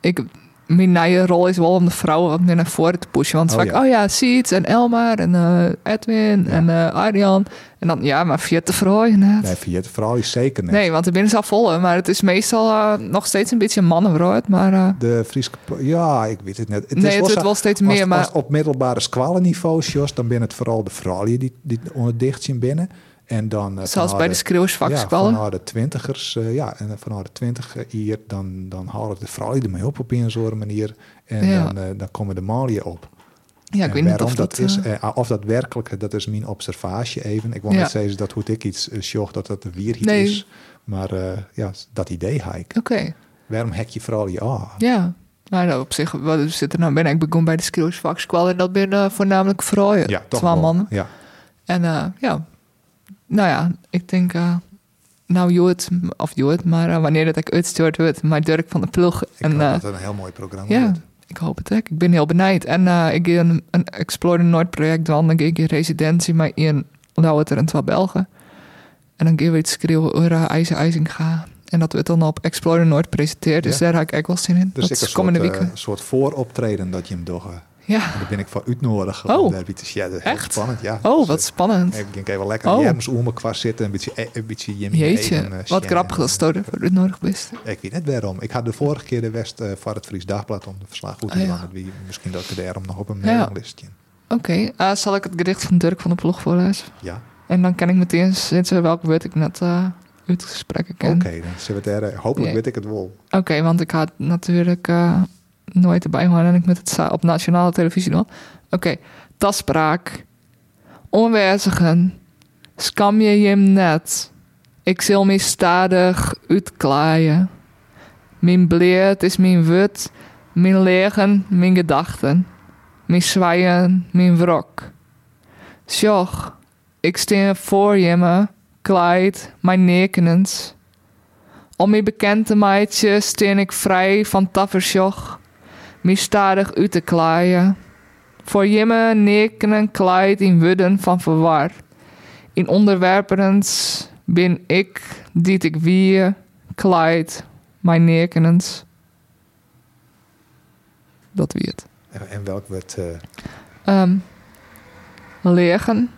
ik, mijn nieuwe rol is wel om de vrouwen wat meer naar voren te pushen. Want Oh, vaak, ja. oh ja, Siets en Elmar en eh, Edwin en eh, Arjan. En dan, ja, maar vier te verhooien. net. Nee, Nee, via de vrouwen is zeker net. want de binnen is al vol, maar het is meestal eh, nog steeds een beetje mannenbrood. Maar eh, De Friese, ja, ik weet het net. Het nee, het zo- wordt wel steeds als- meer. als maar het op middelbare squalenniveau, Jos, dan ben het vooral de vrouwen die, die onder dicht zijn binnen. En dan, eh, zelfs van bij de haar- Ja, schreeuwersvakskwallen. van haar de twintigers, eh, ja, en van haar de twintiger hier, dan, dan halen de vrouwen ermee op op een soort manier. En Ja. dan, eh, dan komen de maliën op. Ja, ik En weet niet waarom of dat, is, eh, eh, of dat werkelijk, dat is mijn observatie even. Ik wil Ja. niet zeggen dat hoe ik iets eh, sjoch, dat dat de wierhiet Nee. is. Maar eh, ja, dat idee haak ik. Oké, Waarom hek je vooral je ah? aan? ja. Nou, nou, op zich, wat zit er nou binnen? Ik begon bij de schreeuwersvakskwallen en dat binnen voornamelijk vrouwen. Twaalf wel. mannen. Ja. En eh, ja, nou ja, ik denk, eh, nou Jood, of Jood, maar eh, wanneer dat ik uitstuurt wordt, maar Dirk van de Ploeg. Ik en hoop eh, dat het een heel mooi programma ja, wordt. ik hoop het ook. Ik ben heel benijd. En eh, ik ga een, een Explore the Noord project doen. Dan ga ik in residentie met Ian Lauwerter en twee Belgen. En dan gaan we iets schreeuwen over eh, IJzer IJzinga. En dat wordt dan op Explore the Noord presenteerd. Dus Ja. daar ga ik echt wel zin in. Dus dat ik een is komende soort, week. eh, soort vooroptreden dat je hem toch. eh, ja. daar ben ik voor uitnodig. Oh. om daar een beetje te shedden. Heel Echt? Spannend, ja. Oh, Dus, wat eh, spannend. Ik denk even lekker Oh. oh. jams om me kwast zitten. Een beetje, eh, een beetje jimmy eten, eh, Jeetje, wat shedden. grappig dat je ervoor nodig bent. Ik weet net waarom. Ik had de vorige keer de West eh, voor het Fries Dagblad om de verslag goed te Ah, doen. ja. Wie- Misschien dat ik daarom nog op een Ja. mailinglijstje. Oké, eh, zal ik het gedicht van Dirk van de Ploeg voorlezen? Ja, En dan kan ik meteen zitten welk woord ik net eh uit het gesprek oké. ken. dan zullen we het er, hopelijk Ja. weet ik het wel. Oké, want ik had natuurlijk eh, nooit erbij horen en ik met het za- op nationale televisie dan. Oké, taspraak. Onwijzigen. Skam je hem net. Ik zal me stadig uitklaaien. Mijn bleed is mijn wut, mijn legen, mijn gedachten. Mijn zwaaien, mijn wrok. Sjoch, ik steen voor je me, kleid, mijn nekenens. Om mijn bekende meidje steen ik vrij van taffersjoch. Mij stadig u te klaaien. Voor jimme nekenen kleid in wudden van verwar. In onderwerperens bin ik, diet ik wie, kleid, mijn nekenens. Dat wie het. En, en welk werd eh Ehm legen.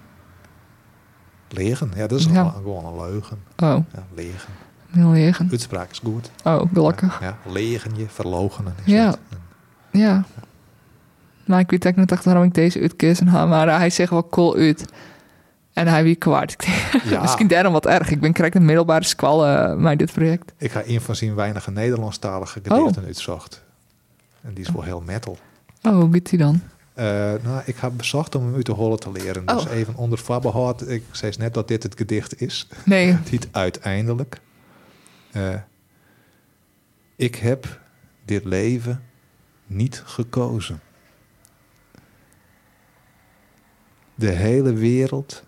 legen? Ja, dat is Ja. Een, gewoon een leugen. Oh, Ja, legen. mijn legen. Uitspraak is goed. Oh, gelukkig. Ja, legen je, verlogenen is Ja. dat. En- Ja. Maar ik weet ook niet echt waarom ik deze uitkies en haar, maar hij zegt wel cool uit. En hij wie kwart. Ik denk, Ja. Misschien daarom wat erg. Ik ben correct een middelbare squal eh, met dit project. Ik ga een van zijn weinige Nederlandstalige gedichten uitzocht. En die is wel heel metal. Oh, hoe gaat die dan? Eh, nou, ik heb bezocht om hem uit de holle te leren. Dus Oh. even onder voorbehoud. Ik zei net dat dit het gedicht is. Nee. Het heet uiteindelijk. eh, ik heb dit leven niet gekozen. De hele wereld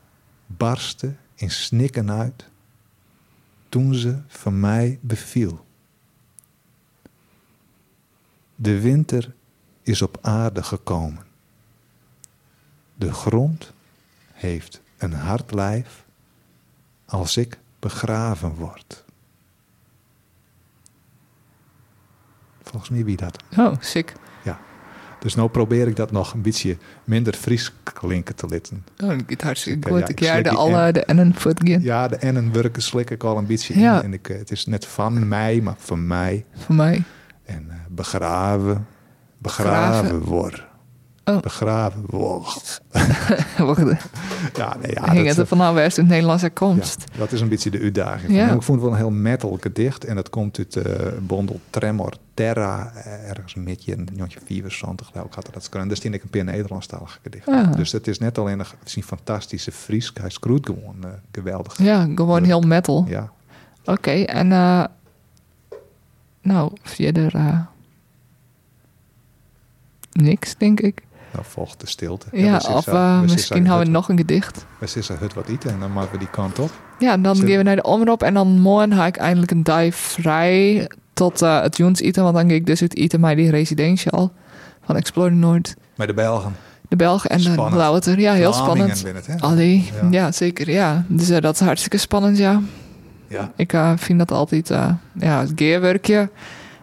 barstte in snikken uit toen ze van mij beviel. De winter is op aarde gekomen. De grond heeft een hard lijf als ik begraven word. Volgens mij wie dat. Oh, sick. Dus nou probeer ik dat nog een beetje minder Fries klinken te litten. Oh, dat gaat hartstikke Sick, goed. ja, ik ik jaar slik de die alle, de ennen voor het begin. Ja, de ennen werken slik ik al een beetje Ja. in. En ik, eh, het is net van mij, maar van mij. Voor mij. En eh, begraven, begraven word. Oh. Begraven word. Wacht, Ja, nee, ja, hing Ah, dat- het er vanaf waar is het Nederlandse komst? Ja, dat is een beetje de uitdaging. Ja. Maar Ik vond het wel een heel metal gedicht. En dat komt uit de bondel Tremor Terra. eh, Ergens midje in 1974 geloof ik had er dat kunnen. En daar stond ik een paar Nederlandstalige gedichten. Ah. Dus dat is net alleen een, het is een fantastische Fries. Hij schroeit gewoon eh, geweldig. Ja, gewoon heel metal. Ja. Oké, en eh, nou, verder eh, niks, denk ik. Nou, volgt de stilte. Ja, of eh, misschien houden we nog een gedicht. We zitten hut wat eten en dan maken we die kant op. Ja, en dan Zin- gaan we naar de omroep en dan morgen ga ik eindelijk een dag vrij tot eh, het Jons eten, want dan ga ik dus het eten met die residential van Explode Noord, Met de Belgen. de Belg en de Spannend. Blauwter. Ja, Ah, heel Vlamingen spannend. binnen het, hè? Allee, Ja. ja. zeker, ja. Dus eh, dat is hartstikke spannend, ja. Ja. Ik eh, vind dat altijd eh, ja, het gearwerkje.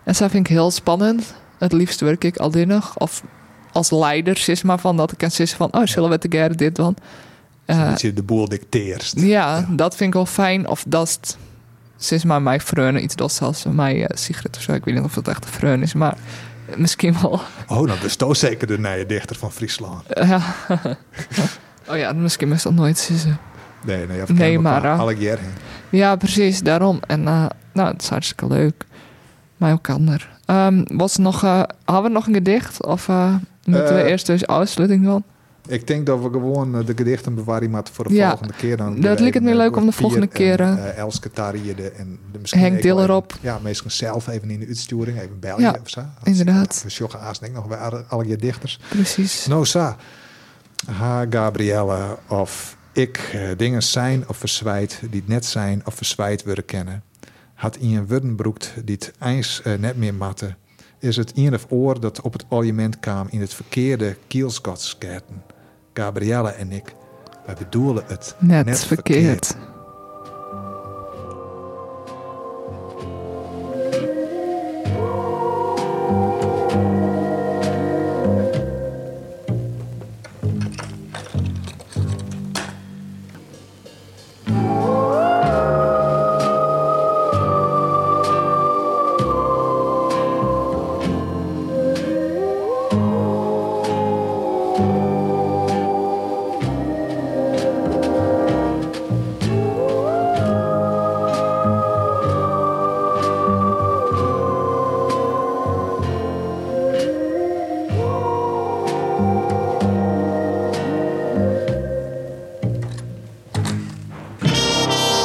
En dat vind ik heel spannend. Het liefst werk ik al nog. Of als leider, zeg maar, van dat ik kan zeggen van... oh, zullen we het gear dit dan? Dat je Eh, de boel dicteerst. ja, dat vind ik wel fijn. Of dat is- zeg maar mijn vreun. Iets dat zelfs van mij eh Sigrid of zo. Ik weet niet of dat echt een vreun is, maar... Misschien wel. Oh, dan bestoost zeker de nije dichter van Friesland. Ja. oh ja, misschien is dat nooit zeggen. Nee, nee, Nee, maar, eh, Alle jaar heen. Ja, precies, daarom. En eh, nou, het is hartstikke leuk. Maar elkaar. Ehm was er nog, eh, hadden we nog een gedicht? Of eh, moeten we Eh, eerst deze afsluiting doen? Ik denk dat we gewoon eh, de gedichten bewaren maar voor de Ja, volgende keer. Dan dat weer lijkt even, me eh, leuk om de Pier volgende en, keer, eh, eh, Elske Tariede en de, misschien Henk ik wel Diller even- op. Ja, meestal zelf even in de uitsturing. Even bellen Ja, of zo. Als- inderdaad. ja, We sjoggen aas denk ik nog bij alle- alle je dichters. Precies. Nou, sa. Ha, Gabrielle of ik eh, dingen zijn of verzwijt die het net zijn of verzwijt willen kennen. Had in een wuddenbroekt die het ijs eh, net meer matte. Is het een of oor dat op het aliment kwam in het verkeerde kielskotskerten. Gabrielle en ik, wij bedoelen het nou, Net, verkeerd.